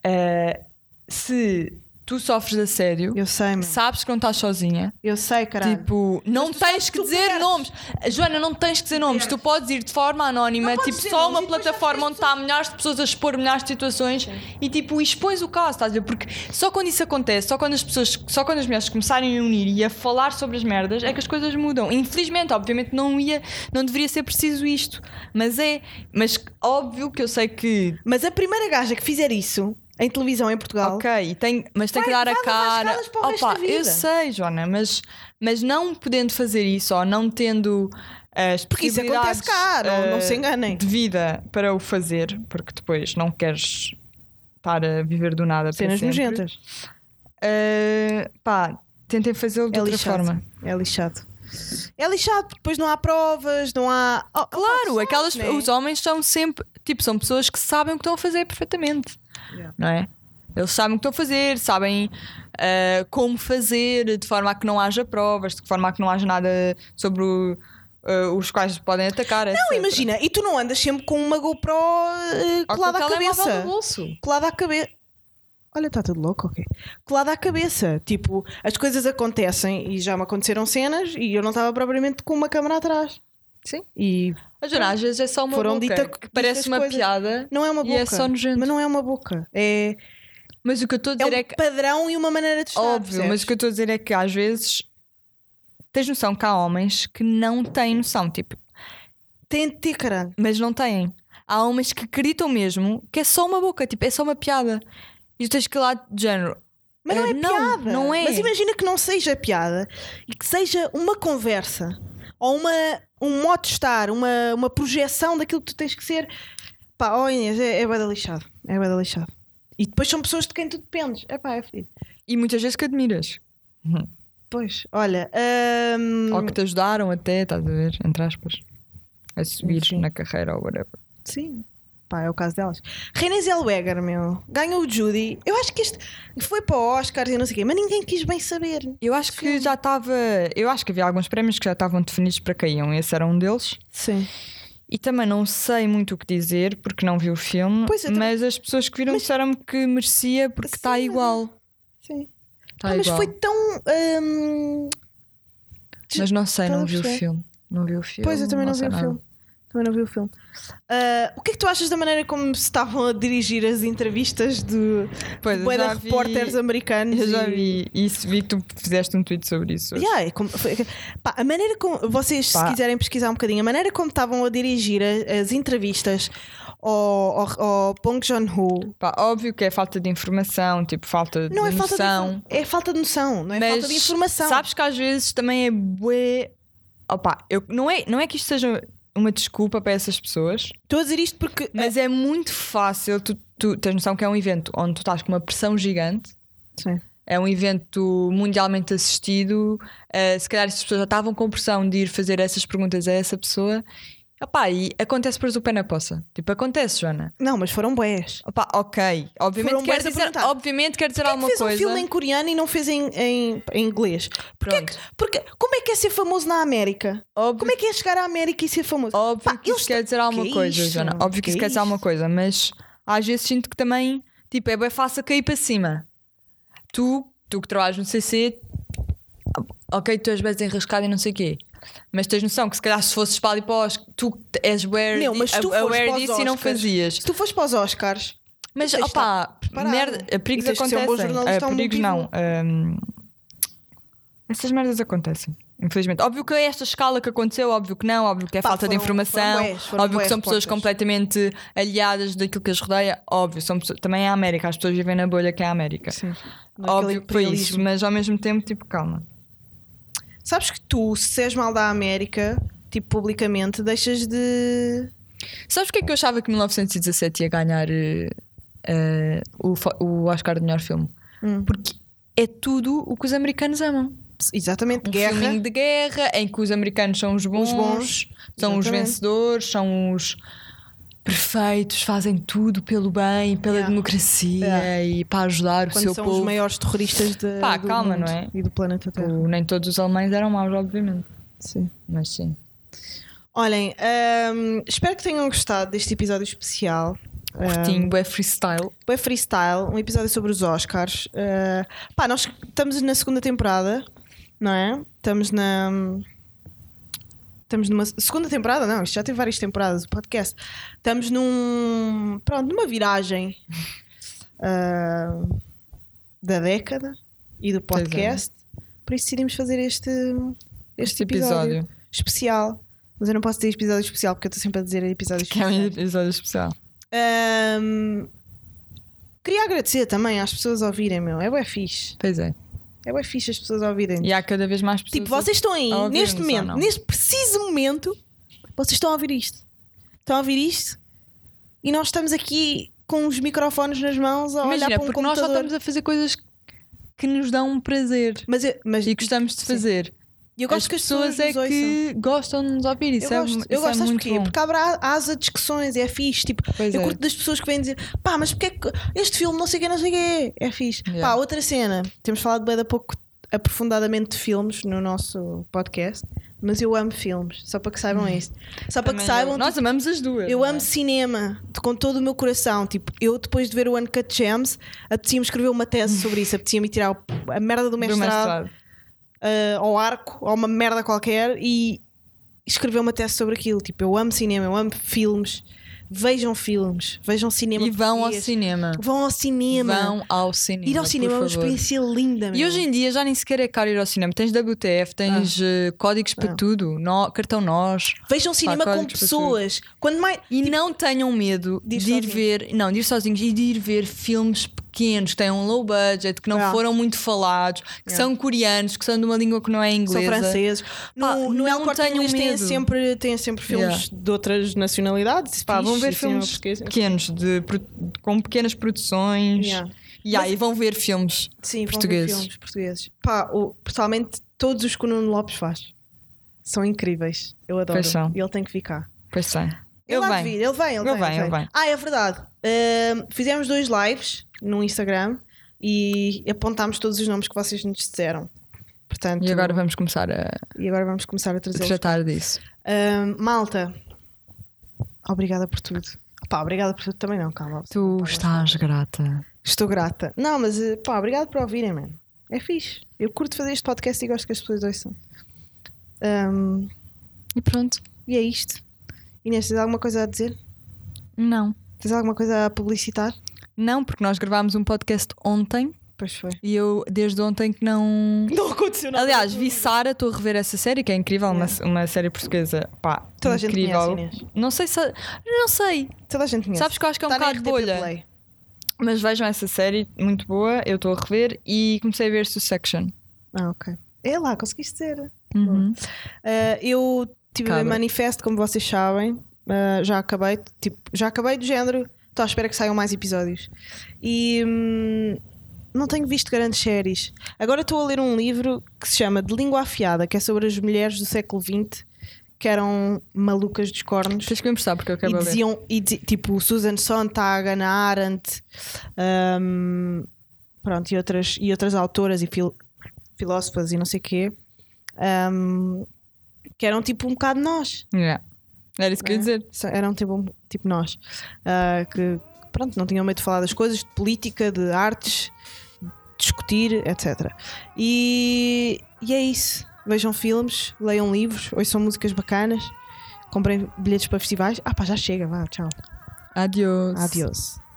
[SPEAKER 3] eh, se tu sofres de assédio,
[SPEAKER 2] Eu sei, meu.
[SPEAKER 3] sabes que não estás sozinha.
[SPEAKER 2] Eu sei, caralho.
[SPEAKER 3] Tipo, não
[SPEAKER 2] Mas tu sabes
[SPEAKER 3] tens
[SPEAKER 2] que
[SPEAKER 3] que
[SPEAKER 2] tu
[SPEAKER 3] dizer
[SPEAKER 2] perdes.
[SPEAKER 3] nomes. Joana, não tens que dizer nomes. Tu podes ir de forma anónima,
[SPEAKER 2] Não podes
[SPEAKER 3] tipo,
[SPEAKER 2] dizer
[SPEAKER 3] só
[SPEAKER 2] nomes
[SPEAKER 3] uma
[SPEAKER 2] e depois já
[SPEAKER 3] plataforma onde
[SPEAKER 2] tens
[SPEAKER 3] está milhares de pessoas a expor milhares de situações e tipo, expões o caso, estás a ver? Porque só quando isso acontece, só quando as pessoas, só quando as mulheres começarem a unir e a falar sobre as merdas, é que as coisas mudam. Infelizmente, obviamente não ia, não deveria ser preciso isto, mas é, mas óbvio que eu sei que
[SPEAKER 2] Mas a primeira gaja que fizer isso em televisão em Portugal.
[SPEAKER 3] Ok, e tem, mas tem
[SPEAKER 2] Vai-
[SPEAKER 3] que dar a
[SPEAKER 2] vai levar as
[SPEAKER 3] cara.
[SPEAKER 2] calas para o resto da vida.
[SPEAKER 3] eu sei, Joana, mas, mas não podendo fazer isso ou não tendo eh, as eh,
[SPEAKER 2] Porque isso acontece cá, não- não se enganem.
[SPEAKER 3] De vida para o fazer, porque depois não queres estar a viver do nada. para
[SPEAKER 2] Cenas
[SPEAKER 3] sempre.
[SPEAKER 2] nojentas.
[SPEAKER 3] Ah, pá, tentem fazê-lo de
[SPEAKER 2] É
[SPEAKER 3] outra
[SPEAKER 2] lixado.
[SPEAKER 3] forma.
[SPEAKER 2] É lixado. É lixado porque depois não há provas, não há. Oh,
[SPEAKER 3] Claro,
[SPEAKER 2] opa,
[SPEAKER 3] aquelas,
[SPEAKER 2] sabes, né?
[SPEAKER 3] os homens são sempre, tipo, são pessoas que sabem o que estão a fazer perfeitamente,
[SPEAKER 2] Yeah.
[SPEAKER 3] não é? Eles sabem o que estão a fazer, sabem ah, como fazer, de forma a que não haja provas, de forma a que não haja nada sobre o- ah, os quais podem atacar.
[SPEAKER 2] Não, imagina, e tu não andas sempre com uma GoPro eh, colada à cabeça.
[SPEAKER 3] No bolso.
[SPEAKER 2] Colada à cabeça. Olha, está tudo louco, ok. Colada à cabeça. Tipo, as coisas acontecem e já me aconteceram cenas e eu não estava propriamente com uma câmera atrás.
[SPEAKER 3] Sim.
[SPEAKER 2] E
[SPEAKER 3] A Joana, às vezes é só uma
[SPEAKER 2] Foram
[SPEAKER 3] boca,
[SPEAKER 2] dita-
[SPEAKER 3] que
[SPEAKER 2] ditas
[SPEAKER 3] parece uma
[SPEAKER 2] coisas.
[SPEAKER 3] piada,
[SPEAKER 2] não é uma
[SPEAKER 3] E
[SPEAKER 2] boca.
[SPEAKER 3] é só nojento.
[SPEAKER 2] Mas não é uma boca. É,
[SPEAKER 3] mas o que eu estou a
[SPEAKER 2] é
[SPEAKER 3] dizer é,
[SPEAKER 2] um
[SPEAKER 3] que,
[SPEAKER 2] padrão e uma maneira de estar.
[SPEAKER 3] óbvio, mas o que eu estou a dizer é que às vezes tens noção que há homens que não têm noção, tipo,
[SPEAKER 2] Tem de ter, caralho.
[SPEAKER 3] mas não têm. Há homens que acreditam mesmo que é só uma boca, tipo, é só uma piada. E tu tens que ir lá de género.
[SPEAKER 2] Mas não
[SPEAKER 3] Eh,
[SPEAKER 2] é
[SPEAKER 3] não,
[SPEAKER 2] piada.
[SPEAKER 3] não é.
[SPEAKER 2] Mas imagina que não seja piada e que seja uma conversa ou uma, um modo de estar, uma, uma projeção daquilo que tu tens que ser. Pá, ó Inês, é, é bada lixado. É bada lixado. E depois são pessoas de quem tu dependes. É pá, é fedido.
[SPEAKER 3] E muitas vezes que admiras.
[SPEAKER 2] Pois, olha. hum,
[SPEAKER 3] Ou que te ajudaram até, estás a ver, entre aspas, a subir
[SPEAKER 2] Sim.
[SPEAKER 3] na carreira ou whatever.
[SPEAKER 2] Sim. Pá, é o caso delas. Renée Zellweger, meu. Ganhou o Judy. Eu acho que este foi para o Oscar e não sei o quê, mas ninguém quis bem saber.
[SPEAKER 3] Eu acho que já estava. Eu acho que havia alguns prémios que já estavam definidos para que iam, esse era um deles.
[SPEAKER 2] Sim.
[SPEAKER 3] E também não sei muito o que dizer porque não vi o filme,
[SPEAKER 2] Pois, eu também-
[SPEAKER 3] mas as pessoas que viram disseram-me que merecia porque está
[SPEAKER 2] Sim, mas-
[SPEAKER 3] igual.
[SPEAKER 2] Sim.
[SPEAKER 3] Tá
[SPEAKER 2] Ah, mas
[SPEAKER 3] igual.
[SPEAKER 2] foi tão. hum,
[SPEAKER 3] Mas não sei,
[SPEAKER 2] Tá
[SPEAKER 3] não
[SPEAKER 2] a
[SPEAKER 3] vi o
[SPEAKER 2] perceber?
[SPEAKER 3] filme. Não vi o filme.
[SPEAKER 2] Pois, eu também não, vi
[SPEAKER 3] sei
[SPEAKER 2] o
[SPEAKER 3] nada.
[SPEAKER 2] filme. Também não vi o filme. Ah, o que é que tu achas da maneira como se estavam a dirigir as entrevistas de
[SPEAKER 3] Pois, eu
[SPEAKER 2] bué de
[SPEAKER 3] já vi-
[SPEAKER 2] repórteres americanos?
[SPEAKER 3] Eu já
[SPEAKER 2] e-
[SPEAKER 3] vi isso, vi que tu fizeste um tweet sobre isso. hoje.
[SPEAKER 2] Yeah, é como- foi- pá, a maneira como vocês, se
[SPEAKER 3] Pá.
[SPEAKER 2] quiserem pesquisar um bocadinho, a maneira como estavam a dirigir a- as entrevistas ao, ao, ao Bong Joon-ho
[SPEAKER 3] Pá, óbvio que é falta de informação, tipo falta de
[SPEAKER 2] não é
[SPEAKER 3] noção.
[SPEAKER 2] falta, de, infor- é falta de noção, não é
[SPEAKER 3] mas
[SPEAKER 2] falta de informação.
[SPEAKER 3] Sabes que às vezes também é bué. Opa, eu, não, é, não é que isto seja uma desculpa para essas pessoas,
[SPEAKER 2] Estou a dizer isto porque
[SPEAKER 3] mas é muito fácil. Tu, tu tens noção que é um evento onde tu estás com uma pressão gigante.
[SPEAKER 2] Sim.
[SPEAKER 3] É um evento mundialmente assistido. eh, se calhar essas pessoas já estavam com pressão de ir fazer essas perguntas a essa pessoa. Opá, e acontece por o pé na poça. Tipo, acontece, Joana.
[SPEAKER 2] Não, mas foram boés.
[SPEAKER 3] Opá, ok. Obviamente
[SPEAKER 2] Foram
[SPEAKER 3] quer
[SPEAKER 2] bués a
[SPEAKER 3] dizer,
[SPEAKER 2] perguntar.
[SPEAKER 3] obviamente quer dizer
[SPEAKER 2] Porquê que
[SPEAKER 3] alguma
[SPEAKER 2] fez
[SPEAKER 3] coisa.
[SPEAKER 2] um filme em coreano e não fez em, em, em inglês? Porquê
[SPEAKER 3] Pronto.
[SPEAKER 2] que- porque, como é que é ser famoso na América?
[SPEAKER 3] Óbvio-
[SPEAKER 2] Como é que é chegar à América e ser famoso?
[SPEAKER 3] Óbvio
[SPEAKER 2] Pá,
[SPEAKER 3] que
[SPEAKER 2] eles
[SPEAKER 3] isso quer
[SPEAKER 2] tão-
[SPEAKER 3] dizer alguma
[SPEAKER 2] que é
[SPEAKER 3] coisa,
[SPEAKER 2] isto,
[SPEAKER 3] Joana.
[SPEAKER 2] meu?
[SPEAKER 3] Óbvio que isso
[SPEAKER 2] é
[SPEAKER 3] quer dizer
[SPEAKER 2] isto?
[SPEAKER 3] alguma coisa, mas às vezes sinto que também, tipo, é bem fácil cair para cima. Tu, tu que trabalhas no CC, ok, tu és bem desenrascado e não sei o quê. Mas tens noção que se calhar se fosses para ali para os, tu que és aware,
[SPEAKER 2] Não, mas se tu fores
[SPEAKER 3] aware
[SPEAKER 2] para os
[SPEAKER 3] disso e não
[SPEAKER 2] Oscars,
[SPEAKER 3] fazias.
[SPEAKER 2] Se tu fores para os Oscars,
[SPEAKER 3] Mas
[SPEAKER 2] tens de
[SPEAKER 3] opá,
[SPEAKER 2] preparado.
[SPEAKER 3] merda,
[SPEAKER 2] E
[SPEAKER 3] perigos
[SPEAKER 2] tens de ser
[SPEAKER 3] acontecem.
[SPEAKER 2] um bom jornalista,
[SPEAKER 3] Ah,
[SPEAKER 2] há um
[SPEAKER 3] perigos
[SPEAKER 2] motivo.
[SPEAKER 3] não. Ahm, essas merdas acontecem, infelizmente. Óbvio que é esta escala que aconteceu, óbvio que não, óbvio que é
[SPEAKER 2] Pá,
[SPEAKER 3] falta
[SPEAKER 2] foram-
[SPEAKER 3] de informação,
[SPEAKER 2] foram bués, foram
[SPEAKER 3] óbvio que
[SPEAKER 2] bués
[SPEAKER 3] são pessoas
[SPEAKER 2] portas.
[SPEAKER 3] completamente aliadas daquilo que as rodeia, óbvio, são pessoas, também é a América, as pessoas vivem na bolha que é a América.
[SPEAKER 2] naquele
[SPEAKER 3] Óbvio que foi isso,
[SPEAKER 2] imperialismo.
[SPEAKER 3] mas ao mesmo tempo, tipo, calma.
[SPEAKER 2] Sabes que tu, se és mal da América, tipo publicamente, deixas de.
[SPEAKER 3] Sabes o que é que eu achava que 1917 ia ganhar eh, eh, o, fo- o Oscar de melhor filme?
[SPEAKER 2] Hum.
[SPEAKER 3] Porque é tudo o que os americanos amam.
[SPEAKER 2] Exatamente,
[SPEAKER 3] um
[SPEAKER 2] guerra.
[SPEAKER 3] filminho de guerra em que os americanos são os bons,
[SPEAKER 2] Os bons,
[SPEAKER 3] são os
[SPEAKER 2] exatamente.
[SPEAKER 3] vencedores, são os perfeitos, fazem tudo pelo bem, pela
[SPEAKER 2] Yeah.
[SPEAKER 3] democracia
[SPEAKER 2] Yeah.
[SPEAKER 3] e para ajudar o
[SPEAKER 2] Quando
[SPEAKER 3] seu
[SPEAKER 2] são
[SPEAKER 3] povo.
[SPEAKER 2] os maiores terroristas de,
[SPEAKER 3] Pá,
[SPEAKER 2] do
[SPEAKER 3] calma,
[SPEAKER 2] mundo
[SPEAKER 3] não é?
[SPEAKER 2] e do planeta Terra.
[SPEAKER 3] Tipo, Nem todos os alemães eram maus, obviamente,
[SPEAKER 2] Sim.
[SPEAKER 3] mas sim.
[SPEAKER 2] Olhem, hum, espero que tenham gostado deste episódio especial.
[SPEAKER 3] Curtinho, é freestyle.
[SPEAKER 2] Foi freestyle, um episódio sobre os Oscars. Uh, pá, nós estamos na segunda temporada, não é? Estamos na. Estamos numa. Segunda temporada? Não, isto já tem várias temporadas o podcast. Estamos num. Pronto, numa viragem uh, da década e do
[SPEAKER 3] Pois é.
[SPEAKER 2] podcast. Por isso decidimos fazer este, este,
[SPEAKER 3] Este
[SPEAKER 2] episódio,
[SPEAKER 3] episódio.
[SPEAKER 2] especial. Mas eu não posso dizer episódio especial porque eu estou sempre a dizer episódio
[SPEAKER 3] Que é
[SPEAKER 2] especial.
[SPEAKER 3] um episódio especial.
[SPEAKER 2] Ahm, queria agradecer também às pessoas a ouvirem, meu. É bué fixe.
[SPEAKER 3] Pois é.
[SPEAKER 2] É bué fixe as pessoas a ouvirem.
[SPEAKER 3] E há cada vez mais pessoas.
[SPEAKER 2] Tipo, vocês estão aí,
[SPEAKER 3] a ouvirem-nos
[SPEAKER 2] neste
[SPEAKER 3] ou
[SPEAKER 2] momento,
[SPEAKER 3] não?
[SPEAKER 2] neste preciso momento, vocês estão a ouvir isto. Estão a ouvir isto e nós estamos aqui com os microfones nas mãos a olhar
[SPEAKER 3] Imagina,
[SPEAKER 2] para um
[SPEAKER 3] porque nós só
[SPEAKER 2] computador.
[SPEAKER 3] estamos a fazer coisas que nos dão um prazer
[SPEAKER 2] Mas, eu, mas
[SPEAKER 3] e gostamos de
[SPEAKER 2] Sim.
[SPEAKER 3] fazer.
[SPEAKER 2] eu gosto que as pessoas,
[SPEAKER 3] é
[SPEAKER 2] nos ouçam.
[SPEAKER 3] que gostam de nos ouvir.
[SPEAKER 2] Eu
[SPEAKER 3] Isso é,
[SPEAKER 2] gosto,
[SPEAKER 3] isso
[SPEAKER 2] eu gosto,
[SPEAKER 3] é
[SPEAKER 2] sabes
[SPEAKER 3] muito
[SPEAKER 2] porquê?
[SPEAKER 3] bom.
[SPEAKER 2] Porque abre a- asa de discussões, é fixe. Tipo,
[SPEAKER 3] Pois
[SPEAKER 2] eu
[SPEAKER 3] é.
[SPEAKER 2] curto das pessoas que vêm dizer pá, mas porque é que este filme não sei o que, não sei o que é fixe.
[SPEAKER 3] Yeah.
[SPEAKER 2] Pá, outra cena, temos falado bem da pouco aprofundadamente de filmes no nosso podcast, mas eu amo filmes, só para que saibam isso. Só para que
[SPEAKER 3] Também
[SPEAKER 2] saibam,
[SPEAKER 3] eu- Nós amamos as duas.
[SPEAKER 2] eu
[SPEAKER 3] não é?
[SPEAKER 2] amo cinema de- com todo o meu coração. Tipo, eu depois de ver o Uncut Gems, apetecia-me escrever uma tese sobre isso, apetecia-me tirar o- a merda do
[SPEAKER 3] Do
[SPEAKER 2] mestrado,
[SPEAKER 3] mestrado.
[SPEAKER 2] ah, ao arco, ou uma merda qualquer e escrever uma tese sobre aquilo. Tipo, eu amo cinema, eu amo filmes. Vejam filmes, vejam cinema.
[SPEAKER 3] E vão ao
[SPEAKER 2] português.
[SPEAKER 3] cinema.
[SPEAKER 2] Vão ao cinema.
[SPEAKER 3] Vão ao cinema.
[SPEAKER 2] Ir ao cinema é uma
[SPEAKER 3] por favor.
[SPEAKER 2] experiência linda.
[SPEAKER 3] E
[SPEAKER 2] meu.
[SPEAKER 3] hoje em dia já nem sequer é caro ir ao cinema. Tens WTF, tens eh, códigos para
[SPEAKER 2] Ah.
[SPEAKER 3] tudo, nó- cartão nós.
[SPEAKER 2] Vejam cinema com
[SPEAKER 3] códigos para
[SPEAKER 2] pessoas. Quando mais.
[SPEAKER 3] é E não tenham medo de
[SPEAKER 2] Tipo, de
[SPEAKER 3] ir
[SPEAKER 2] ir
[SPEAKER 3] ver, não, de ir sozinhos e de ir ver filmes pequenos que têm um low budget, que não
[SPEAKER 2] Ah.
[SPEAKER 3] foram muito falados, que
[SPEAKER 2] Ah.
[SPEAKER 3] são coreanos, que são de uma língua que não é
[SPEAKER 2] São
[SPEAKER 3] inglesa.
[SPEAKER 2] franceses.
[SPEAKER 3] Pá,
[SPEAKER 2] No,
[SPEAKER 3] não
[SPEAKER 2] no El Corte
[SPEAKER 3] tenham
[SPEAKER 2] Inglês têm
[SPEAKER 3] medo.
[SPEAKER 2] sempre, têm sempre filmes de outras nacionalidades.
[SPEAKER 3] Pá,
[SPEAKER 2] Fixe,
[SPEAKER 3] vão ver
[SPEAKER 2] e cinema
[SPEAKER 3] filmes
[SPEAKER 2] português.
[SPEAKER 3] pequenos, de, pro- com pequenas produções.
[SPEAKER 2] Yeah.
[SPEAKER 3] E aí vão ver filmes.
[SPEAKER 2] Sim,
[SPEAKER 3] Portugueses.
[SPEAKER 2] portugueses. filmes portugueses. Pá, o, pessoalmente, todos os que o Nuno Lopes faz são incríveis. Eu adoro.
[SPEAKER 3] Pois são.
[SPEAKER 2] Ele tem que ficar.
[SPEAKER 3] Pois sei.
[SPEAKER 2] Ele
[SPEAKER 3] Eu
[SPEAKER 2] há de
[SPEAKER 3] bem.
[SPEAKER 2] vir, ele vem, ele,
[SPEAKER 3] Ele
[SPEAKER 2] vem,
[SPEAKER 3] vem,
[SPEAKER 2] ele
[SPEAKER 3] ele
[SPEAKER 2] vem.
[SPEAKER 3] vem.
[SPEAKER 2] Ah, é verdade. Ahm, fizemos dois lives no Instagram e apontámos todos os nomes que vocês nos disseram. Portanto,
[SPEAKER 3] E agora vamos começar a
[SPEAKER 2] e agora vamos começar a trazê-los.
[SPEAKER 3] tratar disso.
[SPEAKER 2] Ahm, malta, obrigada por tudo. Pá, obrigada por tudo também não, calma.
[SPEAKER 3] Tu estás grata.
[SPEAKER 2] Estou grata. Não, mas eh, pá, obrigado por ouvirem, mano. É fixe. Eu curto fazer este podcast e gosto que as pessoas ouçam. Ahm,
[SPEAKER 3] E pronto.
[SPEAKER 2] e é isto. Inês, tens alguma coisa a dizer?
[SPEAKER 3] Não.
[SPEAKER 2] Tens alguma coisa a publicitar?
[SPEAKER 3] Não, porque nós gravámos um podcast ontem
[SPEAKER 2] Pois foi.
[SPEAKER 3] e eu desde ontem que não.
[SPEAKER 2] Não aconteceu nada.
[SPEAKER 3] Aliás, vi Sara, estou a rever essa série que é incrível, uma, uma série portuguesa. Pá,
[SPEAKER 2] Toda a gente
[SPEAKER 3] incrível.
[SPEAKER 2] conhece, Inês.
[SPEAKER 3] não sei se. Não sei.
[SPEAKER 2] Toda a gente conhece.
[SPEAKER 3] Sabes que eu acho que é um
[SPEAKER 2] Tá na
[SPEAKER 3] bocado
[SPEAKER 2] RTP
[SPEAKER 3] bolha.
[SPEAKER 2] Play.
[SPEAKER 3] Mas vejam essa série, muito boa, eu estou a rever e comecei a ver Succession.
[SPEAKER 2] Ah, ok. É lá, conseguiste dizer.
[SPEAKER 3] Uhum.
[SPEAKER 2] Ah, eu tive a ver
[SPEAKER 3] Cabra.
[SPEAKER 2] manifesto, como vocês sabem. Ah, já acabei, tipo, já acabei do género. Estou à espera que saiam mais episódios. E hum, não tenho visto grandes séries. Agora estou a ler um livro que se chama De Língua Afiada, que é sobre as mulheres do século XX que eram malucas dos cornos.
[SPEAKER 3] Tens que me emprestar porque eu
[SPEAKER 2] E
[SPEAKER 3] quero ler.
[SPEAKER 2] diziam, e dizi- tipo, Susan Sontag, Ana Arendt, hum, pronto, e outras, e outras autoras e fil- filósofas e não sei o quê, hum, que eram tipo um bocado nós.
[SPEAKER 3] Yeah. Era isso que eu ia dizer.
[SPEAKER 2] Sa- Eram tipo, um- tipo nós, ah, que pronto, não tinham medo de falar das coisas, de política, de artes, de discutir, etc. E, e é isso. Vejam filmes, leiam livros, ouçam músicas bacanas, comprem bilhetes para festivais. Ah, pá, já chega, vá, tchau.
[SPEAKER 3] Adiós.
[SPEAKER 2] Adiós.